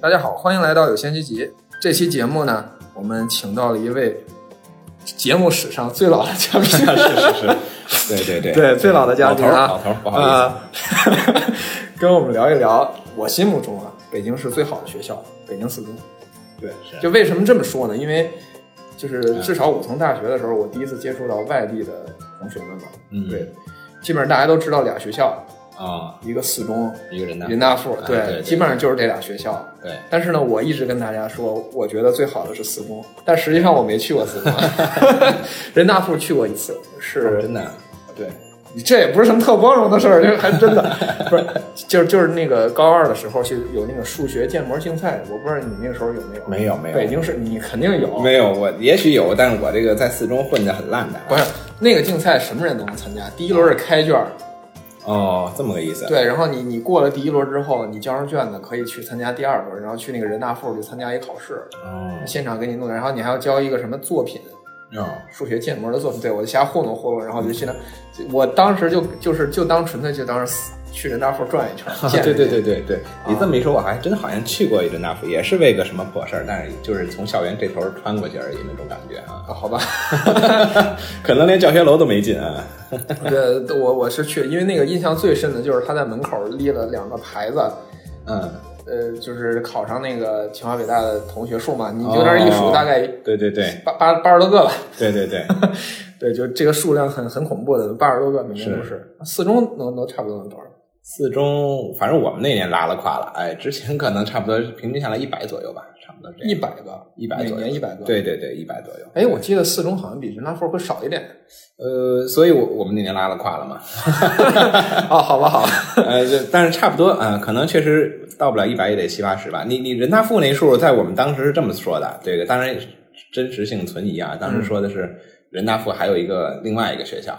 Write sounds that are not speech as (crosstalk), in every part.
大家好，欢迎来到有闲集集。这期节目呢，我们请到了一位节目史上最老的嘉 (laughs) 宾，是是是，对对对，对最老的嘉老宾头儿啊，老头儿，不好意思，呃 (laughs) 跟我们聊一聊我心目中啊，北京市最好的学校——北京四中。对，是就为什么这么说呢？因为就是至少我从大学的时候，我第一次接触到外地的同学们嘛，嗯对，基本上大家都知道俩学校，啊，一个四中，一个人呢，云大附，对对对基本上就是这俩学校。对，但是呢，我一直跟大家说，我觉得最好的是四中，但实际上我没去过四 (laughs) 中，人大附去过一次，是哦真的，哦对，你这也不是什么特光荣的事儿，这还真的 (laughs) 不是，就是就是那个高二的时候去有那个数学建模竞赛，我不知道你那个时候有没有？没有没有北京市你肯定有，没有，我也许有，但是我这个在四中混的很烂的，不是那个竞赛什么人都能参加，第一轮是开卷儿，哦，这么个意思，对，然后你你过了第一轮之后，你交上卷子可以去参加第二轮，然后去那个人大附去参加一考试，哦，现场给你弄，然后你还要交一个什么作品。哦，数学建模的作品，对我就瞎糊弄糊弄，然后就现在，我当时就就是就当纯粹就当是去人大附转 (laughs) 一圈儿，见啊对人家对对对对，你这么一说，我还真好像去过一顿大附，也是为个什么破事儿，但是就是从校园这头穿过去而已那种感觉啊，啊，好 (laughs) 吧，可能连教学楼都没进啊，对，呃我我是去，因为那个印象最深的就是他在门口立了两个牌子，嗯，呃，就是考上那个清华北大的同学数嘛，你就那儿一数，哦大概对对对八八八十多个吧，对对 (laughs) 对，对，就这个数量很很恐怖的，八十多个每年都是是，四中能能差不多能多少？四中，反正我们那年拉了胯了，哎，之前可能差不多平均下来一百左右吧，差不多这样一百个，一每百左右年一百个，。对对对，一百左右。哎，我记得四中好像比人大附会少一点 (laughs) 呃，所以我我们那年拉了胯了嘛， (laughs) 哦，好吧，好吧，呃，这但是差不多，嗯、可能确实到不了一百，也得七八十吧。你你人大附那数，在我们当时是这么说的，这个当然真实性存疑啊。当嗯时说的是人大附还有一个另外一个学校，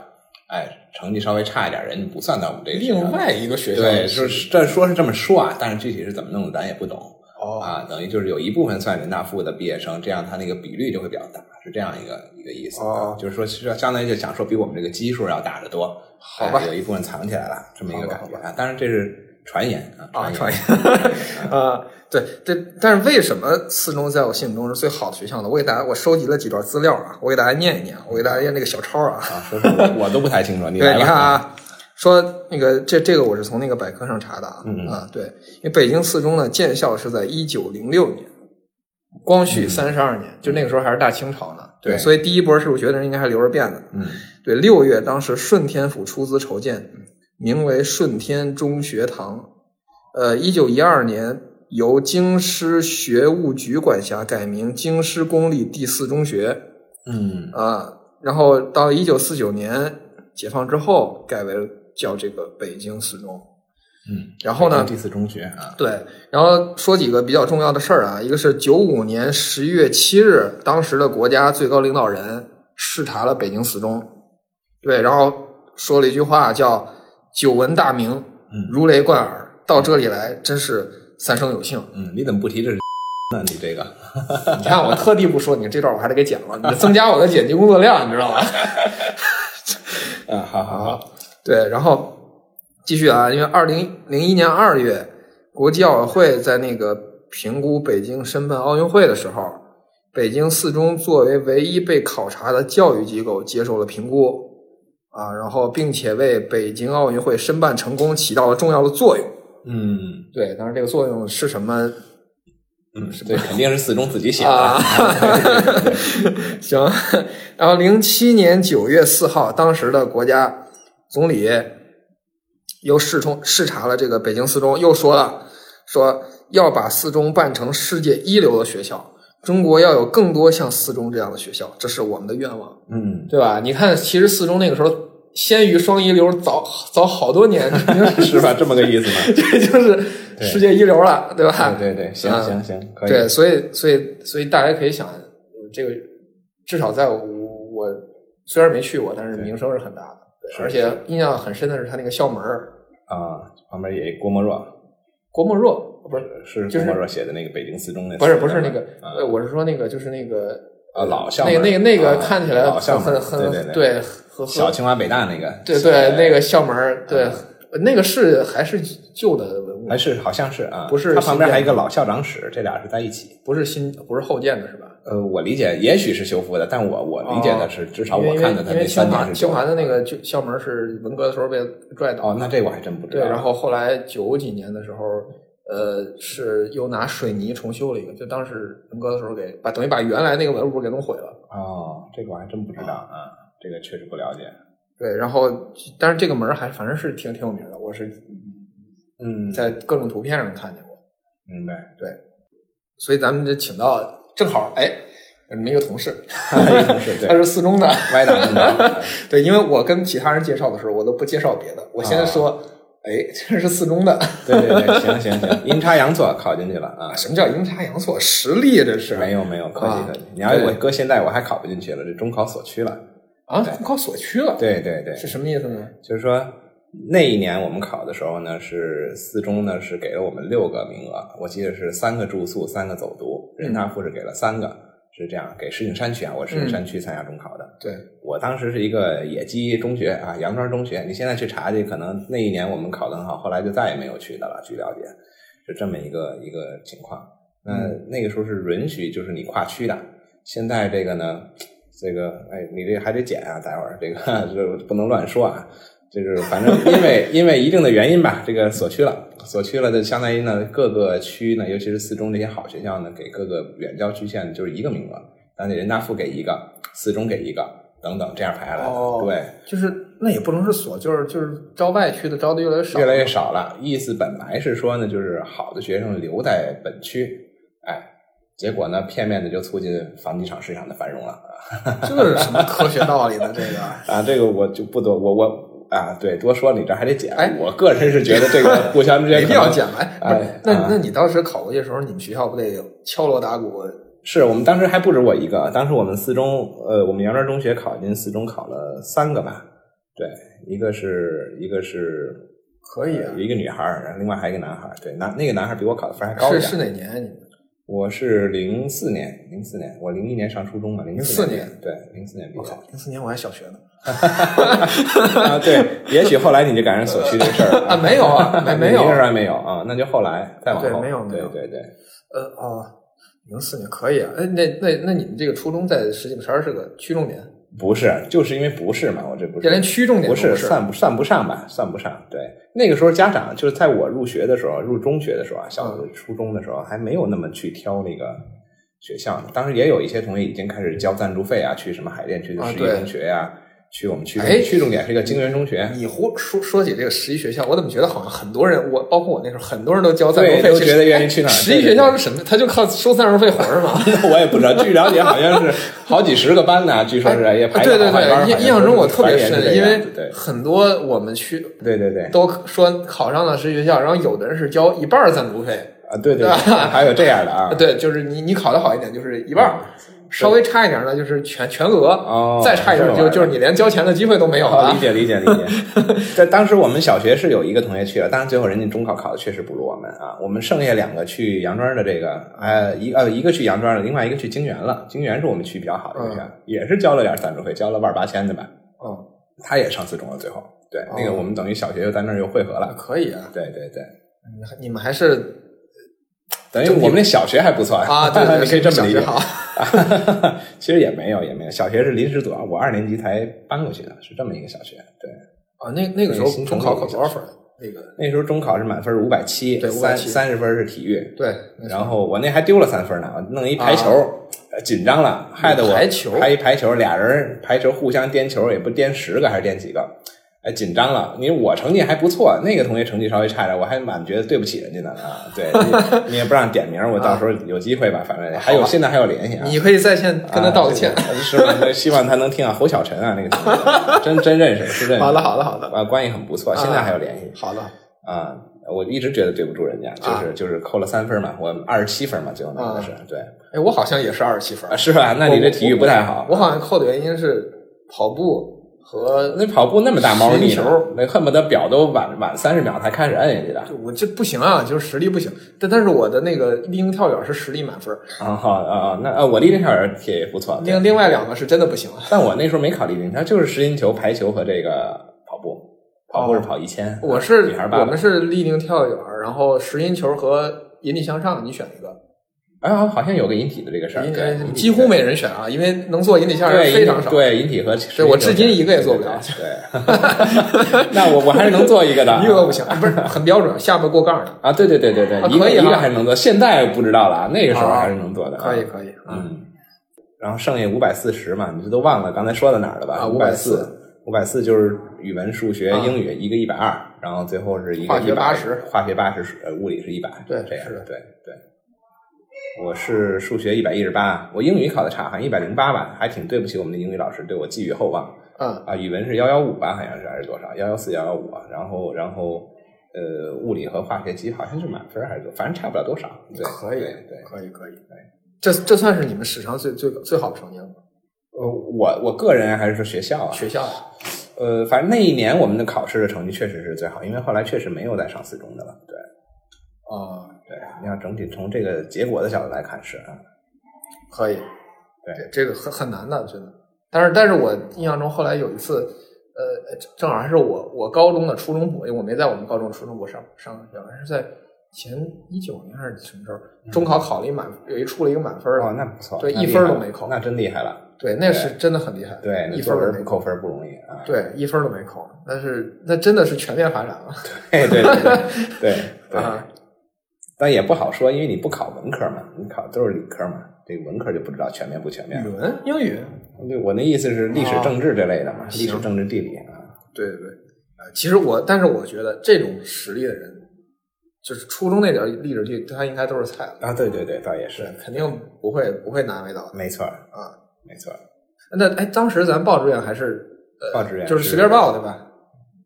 哎，成绩稍微差一点，人家不算到我们这个学校里。另外一个学校对，说是这说是这么说啊，但是具体是怎么弄的，咱也不懂。哦，啊，等于就是有一部分算人大附的毕业生，这样他那个比率就会比较大，是这样一个一个意思。啊哦就是说，其实相当于就想说比我们这个基数要大得多，好吧哎有一部分藏起来了，这么一个感好觉吧啊。当然这是传言啊啊，传言。啊，对对，但是为什么四中在我心目中是最好的学校呢？我给大家，我收集了几段资料啊，我给大家念一念，我给大家念那个小抄啊。啊，说说我我都不太清楚，你 (laughs) 对，来你看吧。啊，说那个这这个我是从那个百科上查的啊，嗯啊，对，因为北京四中呢建校是在一九零六年，光绪三十二年，就那个时候还是大清朝呢，对所以第一波数学的人应该还留着辫子。嗯，对，六月当时顺天府出资筹建，嗯名为顺天中学堂。呃，一九一二年由京师学务局管辖，改名京师公立第四中学嗯啊。然后到一九四九年解放之后，改为叫这个北京四中。嗯。然后呢第四中学啊，对，然后说几个比较重要的事儿啊，一个是九五年十一月七日，当时的国家最高领导人视察了北京四中，对，然后说了一句话叫“久闻大名嗯，如雷贯耳”，到这里来真是三生有幸。嗯，你怎么不提这是呢？你 (laughs) 这个你看，我特地不说你这段，我还得给剪了，你增加我的剪辑工作量，你知道吧？啊，好好好，对，然后继续啊，因为二零零一年二月，国际奥委会在那个评估北京申办奥运会的时候，北京四中作为唯一被考察的教育机构接受了评估啊，然后并且为北京奥运会申办成功起到了重要的作用。嗯对，当然这个作用是什么嗯，对，肯定是四中自己写啊的，？ (laughs) 行，然后零七年九月四号，当时的国家总理又视通视察了这个北京四中，又说了，说要把四中办成世界一流的学校，中国要有更多像四中这样的学校，这是我们的愿望，嗯，对吧？你看，其实四中那个时候先于双一流早早好多年， (laughs) 是吧？这么个意思吗？这就是世界一流了，对吧？对对对，行嗯行行，可以。对，所以所以所以大家可以想，嗯这个至少在我我虽然没去过，但是对名声是很大的，对是而且印象很深的是他那个校门儿啊，旁边也郭沫若，郭沫若不是是就郭是沫若写的那个《北京四中》那不是不是那个，啊呃，我是说那个就是那个啊老校门那个那个那个啊看起来老校很门很很对对对对和小和清华北大那个，对对那个校门儿对那个是还是旧的文物部还，是好像是啊，不是他旁新建边还有一个老校长室，这俩是在一起。不是新不是后建的是吧？呃，我理解也许是修复的，但我我理解的是，至少我看的他哦因为因为那清三华年是嗯清修华的那个就校门是文革的时候被拽倒的哦，那这我还真不知对，道。然后后来九几年的时候，呃，是又拿水泥重修了一个，就当时文革的时候给把等于把原来那个文物给弄毁了。哦，这个我还真不知道啊，这个确实不了解。对，然后但是这个门儿还反正是挺挺有名的，我是嗯，在各种图片上看见过，明白。 (laughs) 所以咱们就请到正好哎，我们一个同事，同事他 (laughs) 对是四中的，歪打正着，对，因为我跟其他人介绍的时候，我都不介绍别的，我啊现在说，哎，这是四中的， (laughs) 对对对，行行行，阴差阳错考进去了啊。什么叫阴差阳错？实力这是没有没有，客气啊客气。你要是我对搁现在我还考不进去了，这中考所趋了。啊，对不考所趋了，对对对，是什么意思呢？就是说那一年我们考的时候呢，是四中呢是给了我们六个名额，我记得是三个住宿，三个走读，人嗯大附是给了三个，是这样给石景山区啊，我是山区参加中考的。对，我当时是一个野鸡中学啊，杨庄中学。你现在去查去，可能那一年我们考得很好，后来就再也没有去的了。据了解，是这么一个一个情况。那那个时候是允许就是你跨区的，现在这个呢，这个哎，你这还得减啊，待会儿这个 (laughs) 这不能乱说啊。这就是反正因为 (laughs) 因为一定的原因吧，这个所趋了，所趋了的相当于呢各个区呢，尤其是四中这些好学校呢，给各个远郊区县就是一个名额，但是人大附给一个，四中给一个，等等这样排下来的，哦对，就是那也不能是锁，就是就是招外区的招的越来越少，越来越少了。意思本来是说呢，就是好的学生留在本区，哎，结果呢片面的就促进房地产市场的繁荣了。这是什么科学道理呢？ (laughs) 这个，啊，这个我就不多，我我啊，对，多说你这还得减。哎我个人是觉得这个互相之 (laughs) 间没必可要能讲了。哎，不是哎，那啊那你当时考过去的时候，你们学校不得敲锣打鼓？是我们当时还不止我一个，当时我们四中，呃，我们杨庄中学考进四中考了三个吧，对，一个是一个是可以啊有一个女孩儿，然后另外还有一个男孩儿，对，男那个男孩儿比我考的分儿还高一是是点儿。哪年啊？你们我是零四年，零四年，我零一年上初中嘛，零04年年，对，零四年毕我业靠，零四年我还小学呢啊，对，也许后来你就赶上所需这事儿了啊，没有啊， (laughs) 没没有当。然没有啊，那就后来再往对后，没有没对有对对，呃哦，零四年可以啊。哎，那那那你们这个初中在石景山是个区重点，不是，就是因为不是嘛，我这不这连是。区重点都不是是算不算不上吧，算不上。对，那个时候家长就是在我入学的时候，入中学的时候啊，小嗯初中的时候还没有那么去挑那个学校呢。当时也有一些同学已经开始交赞助费啊，去什么海淀区的啊十一对中学呀、去我们区哎重区重点是一个精元中学， (laughs) 你胡说说起这个十一学校，我怎么觉得好像很多人，我包括我那时候，很多人都交赞助对费，都觉得愿意去哪儿十一对对学校是什么？他就靠收赞助费活着嘛。我也不知道，据了解好像是好几十个班呢，据说是也排哎啊对到对好几班对，印印象中我特别好像是深，这因样为子对很多我们去对对对都说考上了十一学校，然后有的人是交一半儿赞助费，啊，对对 (laughs) 对，还有这样的啊，嗯对，就是你你考得好一点就是一半儿，稍微差一点呢就是全全额，哦，再差一点这就玩意儿就是你连交钱的机会都没有啊哦，了理。解理解理 (laughs) 解。在当时我们小学是有一个同学去了，当然最后人家中考考的确实不如我们啊。我们剩下两个去杨庄的这个，呃，一呃一个去杨庄了，另外一个去京源了。京源是我们区比较好的学校，嗯也是交了点赞助费，交了万八千的吧。哦，他也上四中了，最后对那个哦我们等于小学又在那儿又汇合了。可以啊，对对对，你还你们还是等于我们那小学还不错啊， (laughs) 对对，你可以这么小理学解。好。其实也没有，也没有，小学是临时组啊，我二年级才搬过去的，是这么一个小学。对，啊，那那个时候对新中成立考的考一多个少小分儿？那个那时候中考是满分五百七，对三570三十分是体育，对，那然后我那还丢了三分呢，我弄一排球，呃紧张了，害得我啊排球拍一排球，俩人排球互相颠球，也不颠十个还是颠几个，哎，紧张了。因为我成绩还不错，那个同学成绩稍微差点，我还蛮觉得对不起人家呢啊。对， (laughs) 你你也不让点名，我到时候有机会吧，反正还有现在还有联系啊。你可以在线跟他道个歉。啊这个是吧？希望他能听啊。侯小晨啊，那个 (laughs) 同学真真认识，是认识。好的，好的，好的，啊，关系很不错，现在还有联系好的。啊。我一直觉得对不住人家，啊就是就是扣了三分嘛，我二十七分嘛，最后拿的是对哎，我好像也是二十七分啊，儿，是吧？那你这体育不太好我。好像扣的原因是跑步和那跑步那么大猫腻实呢力球，那恨不得表都晚晚三十秒才开始摁下去的我这不行啊，就是实力不行。但但是我的那个立定跳远是实力满分儿，啊好啊啊！那啊我立定跳远也不错，对另另外两个是真的不行啊。但我那时候没考立定，它就是实心球、排球和这个跑步。跑步哦是跑一千，我是女孩我八百们。是立定跳远，然后实心球和引体向上，你选一个。哎，好像有个引体的这个事儿，引啊对，体几乎没人选啊，因为能做引体向上对人非常少。对引体和对我至今一个也做不了对，对 (laughs) 那我我还是能做一个 (laughs) 的，一个不行，不是很标准，下巴过杠的。啊，对对对对对，啊一个可以一啊个还是能做，现在不知道了，那个时候啊还是能做的，可以，可以啊，嗯。然后剩下五百四十嘛，你这都忘了刚才说到哪儿了吧？啊五百四，五百四就是语文、数学、啊英语一个一百二，然后最后是一个化学100 80化学八十，呃，物理是一百，对这样是的对对。我是数学一百一十八，我英语考的差，好像一百零八吧，还挺对不起我们的英语老师，对我寄予厚望。嗯，啊，语文是幺幺五吧，好像是还是多少，幺幺四、幺幺五，啊然后然后呃，物理和化学其实好像是满分还是多，反正差不了多少。对，可以对对。可以可以。这这算是你们史上最最最好的成绩了。呃，我我个人还是说学校啊，学校呀呃，反正那一年我们的考试的成绩确实是最好，因为后来确实没有再上四中的了。对啊，对，你要整体从这个结果的角度来看是啊，可以。对这，这个很很难的，真的。但是，但是我印象中后来有一次，呃，正正好还是我我高中的初中部，因为我没在我们高中初中部上上学，还是在前一九年还是什么时候，中考考了一满，有一出了一个满分儿的嗯哦，那不错，对那一厉分儿害都了没扣那真厉害了。对，那是真的很厉害，对，一那分作儿文都没不扣，扣分儿不容易啊。 (laughs) 对，一分儿都没扣，但是那真的是全面发展了对对对对对对，啊，但也不好说，因为你不考文科嘛，你考都是理科嘛，这个文科就不知道全面不全面语了。文、英语，对，我那意思是历史嗯哦、政治这类的嘛，行历史、政治、地理啊。对对对，呃，其实我，但是我觉得这种实力的人，就是初中那点儿历史剧，他应该都是菜了，啊，对对对，倒也是对，，肯定不会不会难为到的。没错儿啊，没错儿。那哎，当时咱报志愿还是呃，报志愿就是是随便报对吧？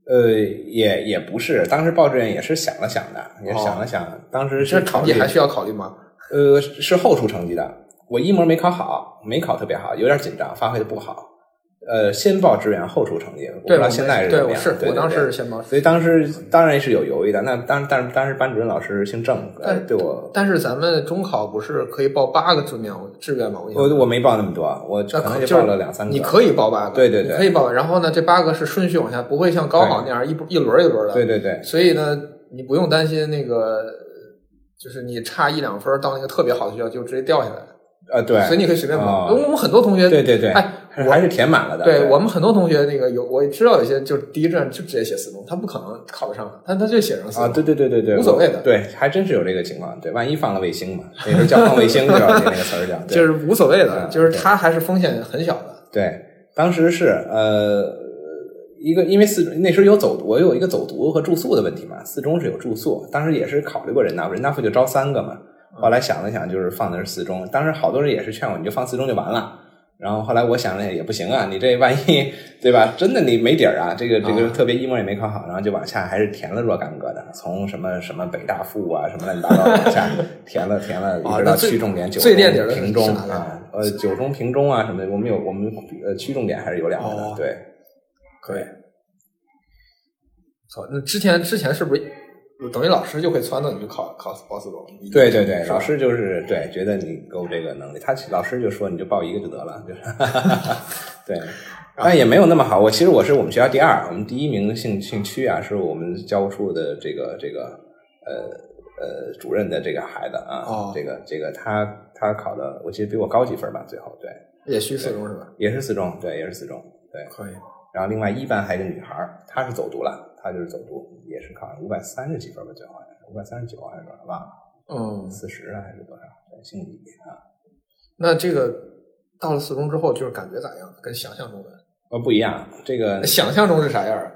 呃，也也不是，当时报志愿也是想了想的，也是哦想了想，当时这是考成虑绩还需要考虑吗？呃是后出成绩的，我一模没考好，没考特别好，有点紧张，发挥的不好。呃，先报志愿后出成绩，我不对，知我道们现在是怎对，么我样。是对我当时对是先报，所以当时当然是有犹豫的。那当但是当时班主任老师姓郑，呃但对我但是咱们中考不是可以报八个志愿志愿吗？我印象我我没报那么多，我那可啊可能就就是报了两三个。你可以报八个，对对你对可以报。然后呢，这八个是顺序往下，不会像高考那样一步一轮儿一轮儿的。对对对所以呢，你不用担心那个，就是你差一两分儿到那个特别好的学校就直接掉下来。呃对，所以你可以随便报。哦我们很多同学，对对对，哎，还还是填满了的。对我们很多同学那个有，我知道有些就是第一志愿就直接写四中，他不可能考得上，但他就写上四中。啊，对对对对对，无所谓的我对，还真是有这个情况。对，万一放了卫星嘛，那时候叫放卫星，(laughs) 对吧？那个词儿叫，对就是无所谓的，嗯就是对他还是风险很小的。对，当时是呃一个，因为四那时候有走，我有一个走读和住宿的问题嘛，四中是有住宿，当时也是考虑过人大附，人大附就招三个嘛，后来想了想，就是放的是四中，当时好多人也是劝我，你就放四中就完了。然后后来我想了也不行啊，你这万一 (laughs) 对吧？真的你没底儿啊，这个这个啊特别一模也没考好，然后就往下还是填了若干个的，从什么什么北大附啊什么乱七八糟的往下填了填了，一啊直那到最区重点九最中垫底儿的是平中是哪个啊，呃，九中、平中啊什么的，我们有我们呃区重点还是有两个的，哦对，可以。好，那之前之前是不是等于老师就会撺掇你去考考报四中？对对对，是吧老师就是对，觉得你够这个能力，他老师就说你就报一个就得了，就是， (laughs) 对，啊但也没有那么好。我其实我是我们学校第二，我们第一名姓姓区啊，是我们教务处的这个这个呃呃主任的这个孩子啊，哦这个这个他他考的，我记得比我高几分吧，最后对，也需四中是吧？也是四中，对，也是四中，对。可以。然后另外一班还有一个女孩儿，她是走读了，她就是走读，也是考上五百三十几分吧，最后好像是五百三十九还是多少忘了，嗯，四十啊还是多少，对，姓李啊，那这个到了四中之后，就是感觉咋样？跟想象中的，呃不一样，这个想象中是啥样啊？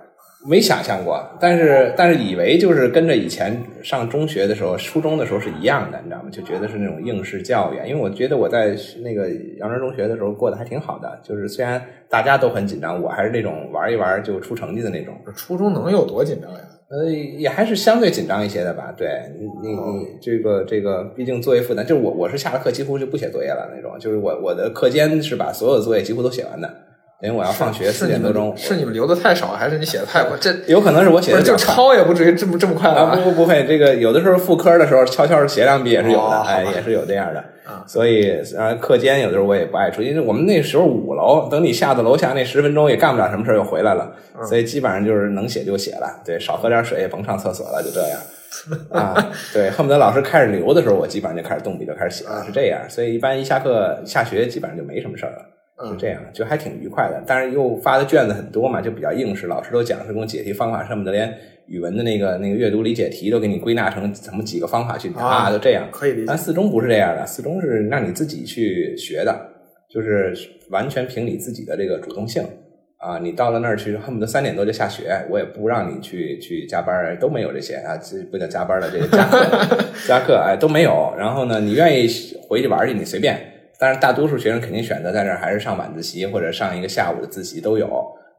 没想象过，但是但是以为就是跟着以前上中学的时候、初中的时候是一样的，你知道吗？就觉得是那种应试教育啊，因为我觉得我在那个杨庄中学的时候过得还挺好的，就是虽然大家都很紧张，我还是那种玩一玩就出成绩的那种。初中能有多紧张呀？呃，也还是相对紧张一些的吧。对你，你哦你这个这个，毕竟作业负担，就是我我是下了课几乎就不写作业了那种，就是我我的课间是把所有的作业几乎都写完的，等于我要放学是四你点们多钟，我是你们留的太少，还是你写的太快？这有可能是我写不的是比较就快。抄也不至于这么这么快啊，吧？不不不会，这个有的时候副科的时候悄悄地写两笔也是有的，哦哎，好吧也是有这样的。啊所以呃，课间有的时候我也不爱出去，因为我们那时候五楼，等你下到楼下那十分钟也干不了什么事儿，又回来了，嗯所以基本上就是能写就写了，对，少喝点水，甭上厕所了，就这 (laughs) 样。啊，对，恨不得老师开始留的时候，我基本上就开始动笔，就开始写啊了，是这样。所以一般一下课下学，基本上就没什么事儿了。就嗯这样，就还挺愉快的。但是又发的卷子很多嘛，就比较应试，老师都讲这种解题方法，恨不得连语文的那个那个阅读理解题都给你归纳成怎么几个方法去答，啊就这样。可以理但解。四中不是这样的，四中是让你自己去学的，就是完全凭你自己的这个主动性啊。你到了那儿去，恨不得三点多就下学，我也不让你去去加班儿，都没有这些啊，这不叫加班了，这个加课加课哎都没有。然后呢，你愿意回去玩儿去，你随便。但是大多数学生肯定选择在这儿还是上晚自习或者上一个下午的自习都有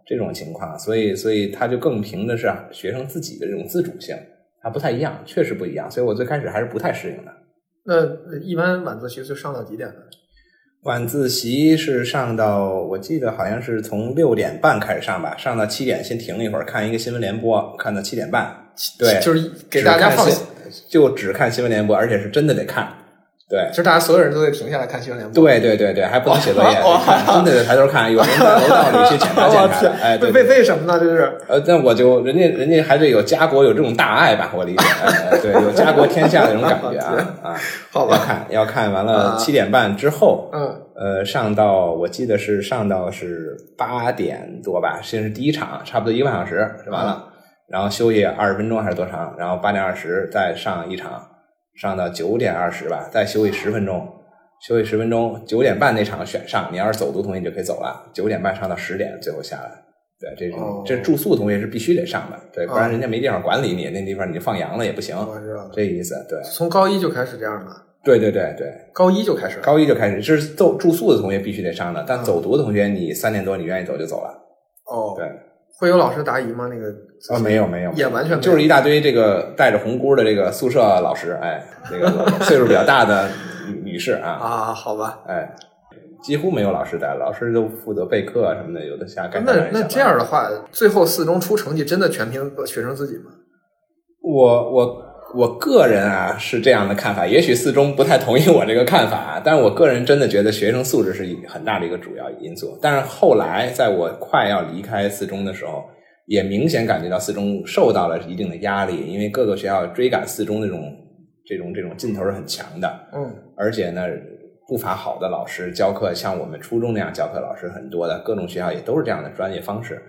这种情况，所以所以他就更凭的是学生自己的这种自主性，它不太一样，确实不一样。所以我最开始还是不太适应的。那一般晚自习是上到几点呢？晚自习是上到，我记得好像是从六点半开始上吧，上到七点先停一会儿，看一个新闻联播，看到七点半。对，就是给大家只看放，新就，就只看新闻联播，而且是真的得看。对，是大家所有人都得停下来看新闻联播。对对对对，还不能写作业，哇得看真的得抬头看，有人在楼道里去检查 (laughs) 检我查天的。哎，对为为什么呢？这 (laughs) 是呃，但我就人家人家还得有家国有这种大爱吧，我理解，呃、对，有家国天下的这种感 (laughs) 觉啊啊，好要吧？看要看完啊了七点半之后，嗯呃，上到我记得是上到是八点多吧，先是第一场，差不多一个半小时是完了，然后休息二十分钟还是多长，然后八点二十再上一场，上到九点二十吧，再休息十分钟，休息十分钟，九点半那场选上，你要是走读同学就可以走了，九点半上到十点最后下来。对，这是、哦这住宿同学是必须得上的，对，不哦然人家没地方管理你，那地方你就放羊了也不行，我知道了。这意思。对，啊从高一就开始这样了，对对对对，高一就开始了。高一就开始，这是住住宿的同学必须得上的，但嗯走读的同学，你三点多你愿意走就走了。哦，对，会有老师答疑吗？那个啊，没有没有，也完全没有就是一大堆这个带着红箍的这个宿舍老师，哎，这个岁数比较大的女女士啊，啊，好吧。哎，几乎没有老师带，老师都负责备课啊什么的，有的瞎干。那那这，样的话，最后四中出成绩真的全凭学生自己吗？我我。我个人啊是这样的看法，也许四中不太同意我这个看法，啊但是我个人真的觉得学生素质是一很大的一个主要因素。但是后来，在我快要离开四中的时候，也明显感觉到四中受到了一定的压力，因为各个学校追赶四中这种这种这种劲头是很强的，嗯，而且呢，不乏好的老师教课，像我们初中那样教课老师很多的，各种学校也都是这样的专业方式。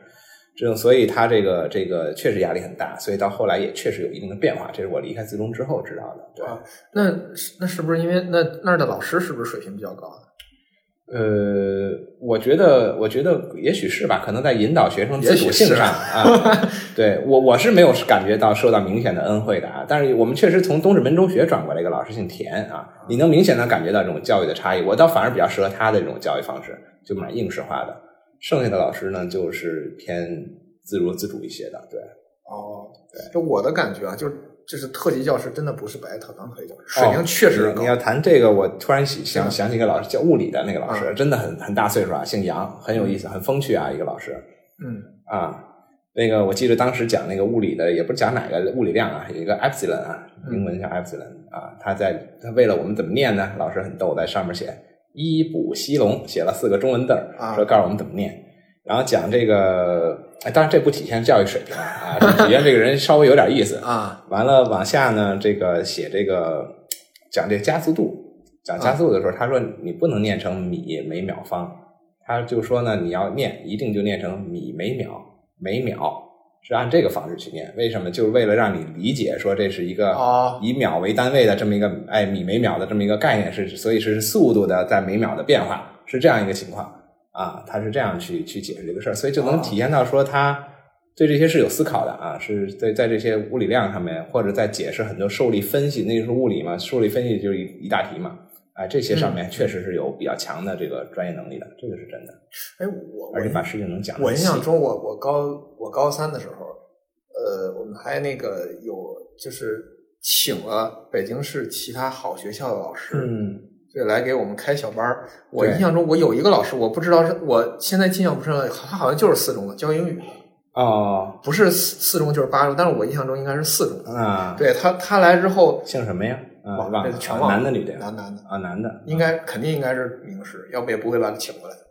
这种，所以他这个这个确实压力很大，所以到后来也确实有一定的变化。这是我离开四中之后知道的。对，啊那是那是不是因为那那儿的老师是不是水平比较高啊？呃，我觉得，我觉得也许是吧，可能在引导学生自主性也许是上啊，对我我是没有感觉到受到明显的恩惠的啊。但是我们确实从东直门中学转过来一个老师，姓田啊，你能明显的感觉到这种教育的差异。我倒反而比较适合他的这种教育方式，就蛮应试化的。剩下的老师呢，就是偏自如自主一些的，对。哦，就我的感觉啊，就是就是特级教师真的不是白特当特级教师，水平确实哦高你。你要谈这个，我突然想想想起一个老师，叫物理的那个老师，嗯真的很很大岁数啊，姓杨，很有意思，很风趣啊，一个老师。嗯啊，那个我记得当时讲那个物理的，也不是讲哪个物理量啊，有一个 epsilon 啊，嗯英文叫 epsilon 啊，他在他为了我们怎么念呢？老师很逗，在上面写伊卜西龙，写了四个中文字儿啊，说告诉我们怎么念。然后讲这个，哎，当然这不体现教育水平啊，啊只体现这个人稍微有点意思。啊，完了往下呢，这个写这个讲这个加速度，讲加速度的时候，他说你不能念成米每秒方，他就说呢，你要念一定就念成米每秒每秒，是按这个方式去念。为什么？就是为了让你理解说这是一个哦以秒为单位的这么一个哎米每秒的这么一个概念是，所以是速度的在每秒的变化是这样一个情况啊，他是这样去去解释这个事儿，所以就能哦体验到说他对这些是有思考的啊，是在在这些物理量上面，或者在解释很多受力分析，那就是物理嘛，受力分析就是一一大题嘛，啊，这些上嗯面确实是有比较强的这个专业能力的，这个是真的，哎，我而且我把事情能讲得我很印细象中我，我高我高三的时候，呃，我们还那个有就是请了北京市其他好学校的老师，嗯，对，来给我们开小班儿。我印象中，我有一个老师，我不知道是我现在印象不深了，他好像就是四中的教英语，哦，不是四四中就是八中，但是我印象中应该是四中的。啊，对他，他来之后，姓什么呀？啊，忘忘了了，全忘了男的女的呀？男男的，啊，男的，应该肯定应该是名师，要不也不会把他请过来的。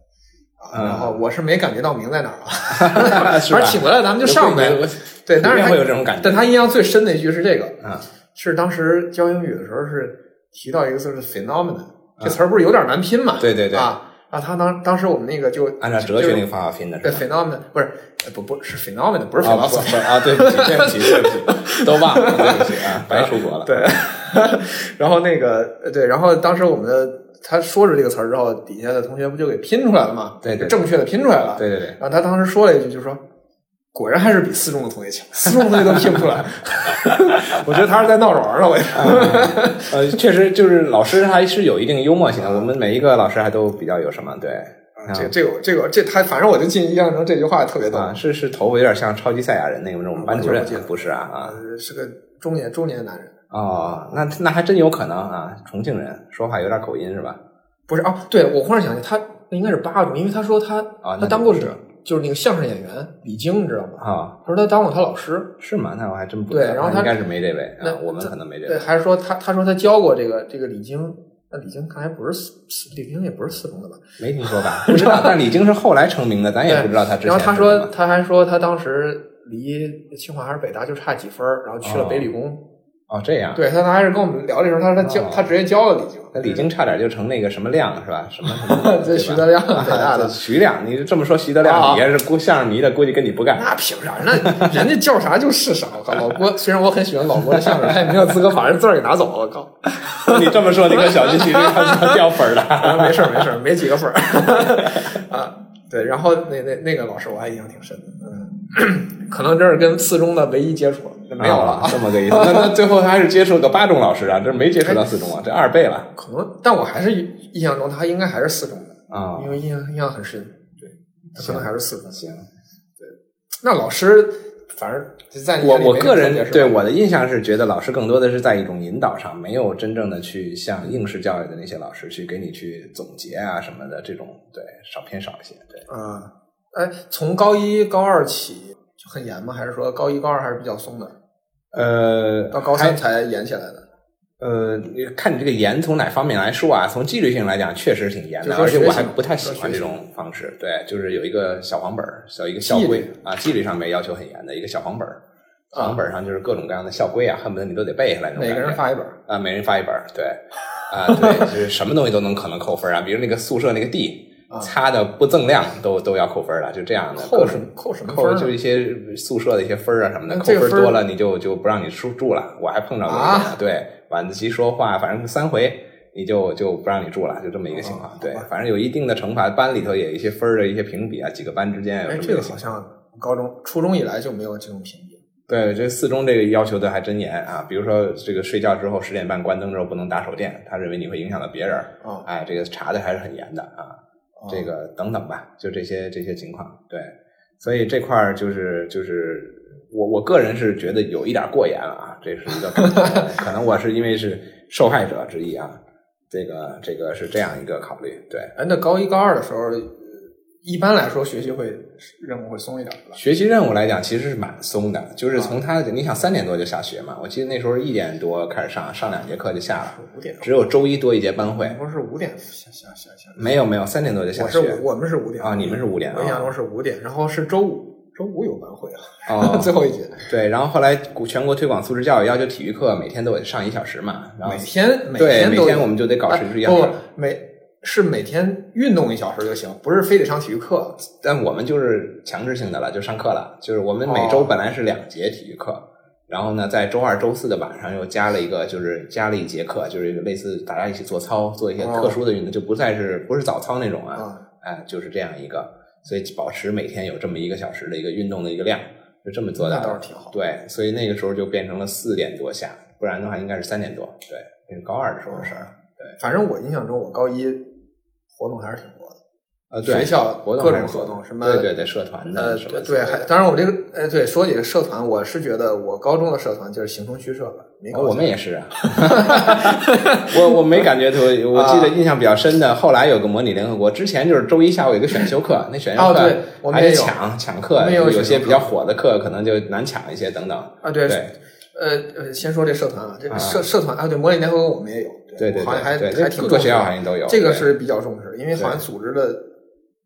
啊，嗯然后我是没感觉到名在哪儿啊， (laughs) 是吧反正请过来咱们就上呗。我对，但是普遍他会有这种感觉。但他印象最深的一句是这个，啊，是当时教英语的时候是提到一个词是 phenomenon，这词儿不是有点难拼嘛？嗯对对对，啊，然后他当当时我们那个就按照哲学那个方法拼的对是吧？ phenomenon 不是呃不不是 phenomenon 不是啊，不 philosophy，、不啊，对不起，对不起，对不起，都忘了，对不起啊，白出国了。对， (laughs) 然后那个呃对，然后当时我们的他说出这个词儿之后，底下的同学不就给拼出来了嘛？对对就正确的拼出来了。啊对对对，然后他当时说了一句，就说。果然还是比四中的同学强，四中的同学都拼不出来。 (laughs) 我觉得他是在闹着玩儿呢，我觉得。呃，确实就是老师还是有一定幽默性的，我们每一个老师还都比较有什么对啊这这个这个这他，反正我就记印象中这句话特别逗，嗯啊，是是头发有点像超级赛亚人那个那种班主任我记得，不是啊啊呃是个中年中年男人，哦，那那还真有可能啊，重庆人说话有点口音是吧？不是哦，对我忽然想起他应该是八中，因为他说他、啊那他就当过不是就是那个相声演员李菁，你知道吗？啊，他说他当过他老师，是吗？那我还真不知对道然后他那应该是没这位那啊，我们可能没这对，位还是说他他说他教过这个这个李菁，那李菁看来不是四四李菁也不是四中的吧？没听说 (laughs) 吧？不知道，但李菁是后来成名的，咱也不知道他之前然后他是什说么他还说他当时离清华还是北大就差几分儿，然后去了哦北理工，哦这样，对他当时跟我们聊的时候，他说他教、哦他直接教了李菁，那 (laughs) 李菁差点就成那个什么亮是吧？什么什么这徐德亮 (laughs) 对吧北大的啊徐亮，你这么说徐德啊亮，你要是估相声迷的，估计跟你不干。 (laughs) 那凭啥？那人家叫啥就是啥。我靠，老郭虽然我很喜欢老郭的相声，他也没有资格把人字儿给拿走。我靠，你这么说，你可小心心里要掉粉儿了。 (laughs) 没事儿没事儿，没几个粉儿 (laughs) 啊。对，然后那那那个老师我还印象挺深的，嗯，可能这是跟四中的唯一接触了，没有了啊啊。这么个意思。那那最后还是接触个八中老师啊，这没接哎触到四中啊，这二倍了可能，但我还是印象中他应该还是四中的，啊因。为印象印象很深。对，他可能还是四中。行，那老师，反正在你我眼里我没个特别人是吧对我的印象是觉得老师更多的是在一种引导上，没有真正的去像应试教育的那些老师去给你去总结啊什么的，这种对少偏少一些。对，啊，哎，从高一高二起就很严吗？还是说高一高二还是比较松的？呃，到高还三才演起来的，呃，你看你这个严从哪方面来说啊？从纪律性来讲，确实挺严就的，说而且学我习还嘛不太说喜欢学这习种方式。对，就是有一个小黄本儿，小一个校纪律规啊，纪律上面要求很严的一个小黄本儿。小啊黄本儿上就是各种各样的校规啊，恨不得你都得背下来那种每感个人觉。发一本儿啊，每人发一本儿，对，啊，对，就是什么东西都能可能扣分儿啊，比如那个宿舍那个地啊擦的不锃亮都都要扣分儿了，就这样的各扣种什么扣什么分扣儿就呢？一些宿舍的一些分儿啊什么的，那扣这个分分儿多了你就就不让你住住了。我还碰着过啊一个呢，对，晚自习说话，反正三回你就就不让你住了，就这么一个情哦况好。对吧，反正有一定的惩罚，班里头也有一些分儿的一些评比啊，几个班之间有哎，么这一个情好况。像高中、初中以来就没有这种评比。对，这四中这个要求的还真严啊，比如说这个睡觉之后十点半关灯之后不能打手电，他认为你会影响到别人儿。啊哎，这个查的还是很严的啊。啊这个等等吧，就这些这些情况。对，所以这块儿就是就是我我个人是觉得有一点过严了啊，这是一个 (laughs) 可能我是因为是受害者之一啊，这个这个是这样一个考虑。对，哎，那高一高二的时候，呃一般来说学习会任务会松一点对吧？学习任务来讲其实是蛮松的，就是啊从他你想三点多就下学嘛，我记得那时候一点多开始上，上两节课就下了，五点，只有周一多一节班会你。不是五点下下下下？没有没有，三点多就下我是学五，我们是五点啊，你们是五点我印象啊中是五点，然后是周五，周五有班会啊，哦 (laughs) 最后一节，对，然后后来国全国推广素质教育，要求体育课每天都得上一小时嘛，然后每天每对天每都天有我们就得搞哎持续要不求，不每是每天运动一小时就行，不是非得上体育课。但我们就是强制性的了，就上课了，就是我们每周哦本来是两节体育课，然后呢，在周二、周四的晚上又加了一个，就是加了一节课，就是类似大家一起做操，做哦一些特殊的运动，就不再是不是早操那种啊，啊哎，就是这样一个，所以保持每天有这么一个小时的一个运动的一个量，就这么做到那的倒是挺好对，所以那个时候就变成了四点多下，不然的话应该是三点多。对，那是高二的时候的事儿。反正我印象中，我高一活动还是挺多的。呃，对学校活动各还种是活动，什么对对对，社团呃的什么对对，还当然我这个呃对，说起这个社团，我是觉得我高中的社团就是形同虚设了，没搞哦我起们也是 (laughs) 啊，我我没感觉特别，我记得印象比较深的，后来有个模拟联合国，之前就是周一下午有个选修课，那选来哦修课对，我还们也得有抢抢课，没有有选修些比课较火的课可能就难抢一些等等。啊对对呃呃，先说这社团啊，这个啊社社团啊对，模拟联合国我们也有，对对好像还对，还对挺各个重视学的校好像都有，这个对是比较重视，因为对好像组织的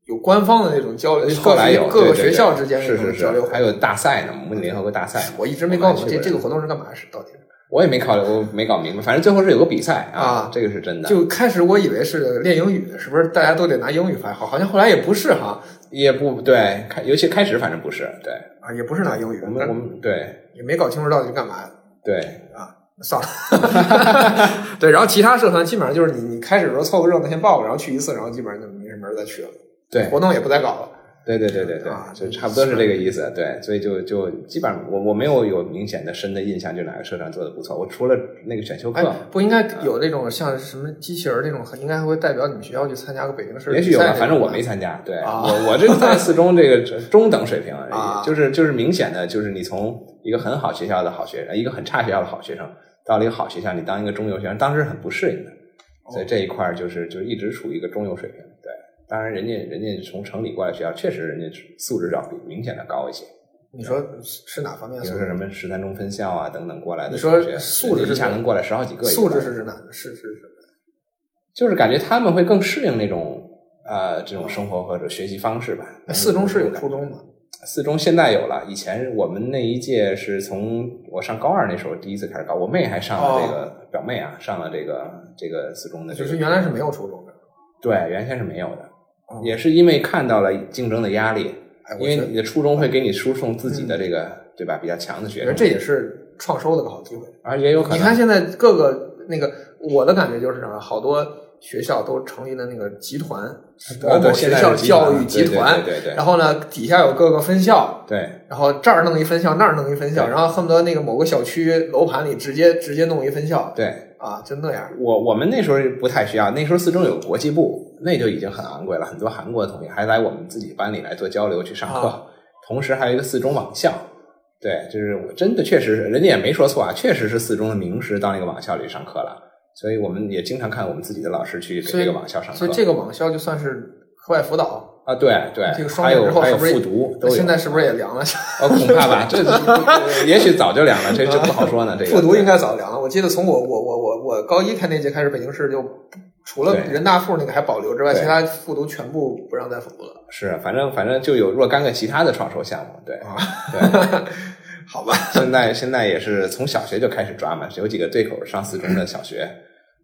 有官方的那种交流，后来有各各对个对学对校之间的是那是种是交流活，动。还有大赛呢，模拟联合国大赛，我一直没搞我懂还去这过这个活动是干嘛是到底是。我也没考虑，我没搞明白，反正最后是有个比赛啊这个是真的，就开始我以为是练英语的，是不是大家都得拿英语发好？好像后来也不是哈，也不对，开尤其开始反正不是，对啊，也不是拿嗯英语，我们我们对也没搞清楚到底是干嘛的。对算了， (laughs) 对，然后其他社团基本上就是你你开始的时候凑个热闹先报个，然后去一次，然后基本上就没什么人再去了，对活动也不再搞了。对对对对对啊，就差不多是这个意思。对，所以就就基本上我我没有有明显的深的印象，就哪个社团做的不错。我除了那个选修哎课，，不应该有那种像什么机器人儿那种，应该会代表你们学校去参加个北京市也许比有赛吧那，种反正我没参加。对啊我我这个在四中这个中等水平而啊已，就是就是明显的，就是你从一个很好学校的好学生，一个很差学校的好学生，到了一个好学校，你当一个中游学生，当时很不适应的。哦所以这一块儿就是就一直处于一个中游水平。对，当然人家人家从城里过来的学校，确实人家素质要比明显的高一些。你说是是哪方面比素如说什质？么十三中分校啊等等过来的你同说学，素质人家是一下什么能过来十好几个，素一嗯般质是指哪？是是是就是感觉他们会更适应那种呃这种生活或者学习方式吧。那哎四中是有初初中吗？四中现在有了，以前我们那一届是从我上高二那时候第一次开始搞，我妹还上了这个、表妹啊，上了这个这个四中的这哦就个，是原来是没有初中的。对原先是没有的，哦也是因为看到了竞争的压力，哎，我因为觉得你的初中会给你输送自己的这个、对吧比较强的我学觉得生，这也是创收的个好机会。而也有可能你看现在各个那个，我的感觉就是什么，好多学校都成立了那个集团，某呃对某学现校在是集团教育集团，对对对对然后呢底下有各个分校，对然后这儿弄一分校，那儿弄一分校，对然后恨不得那个某个小区楼盘里直接直接弄一分校对对，啊，就那样。我我们那时候不太需要，那时候四中有国际部，那就已经很昂贵了，很多韩国的同学还来我们自己班里来做交流去上课，啊同时还有一个四中网校。对，就是我真的确实是，人家也没说错啊，确实是四中的名师到那个网校里上课了，所以我们也经常看我们自己的老师去给所以这个网校上课所以这个网校就算是课外辅导，啊，对对，这个双还减之有后还是有不是复读那都有，现在是不是也凉了？ (laughs) 哦恐怕吧，这这也许早就凉了，这这不好说呢，这个复读应该早凉了。我记得从我我我我我高一开那届开始，北京市就除了对人大附那个还保留之外，对其他复读全部不让再复读了。是，反正反正就有若干个其他的创收项目，对啊对。好吧， (laughs) 现在现在也是从小学就开始抓嘛，有几个对口上四中的小学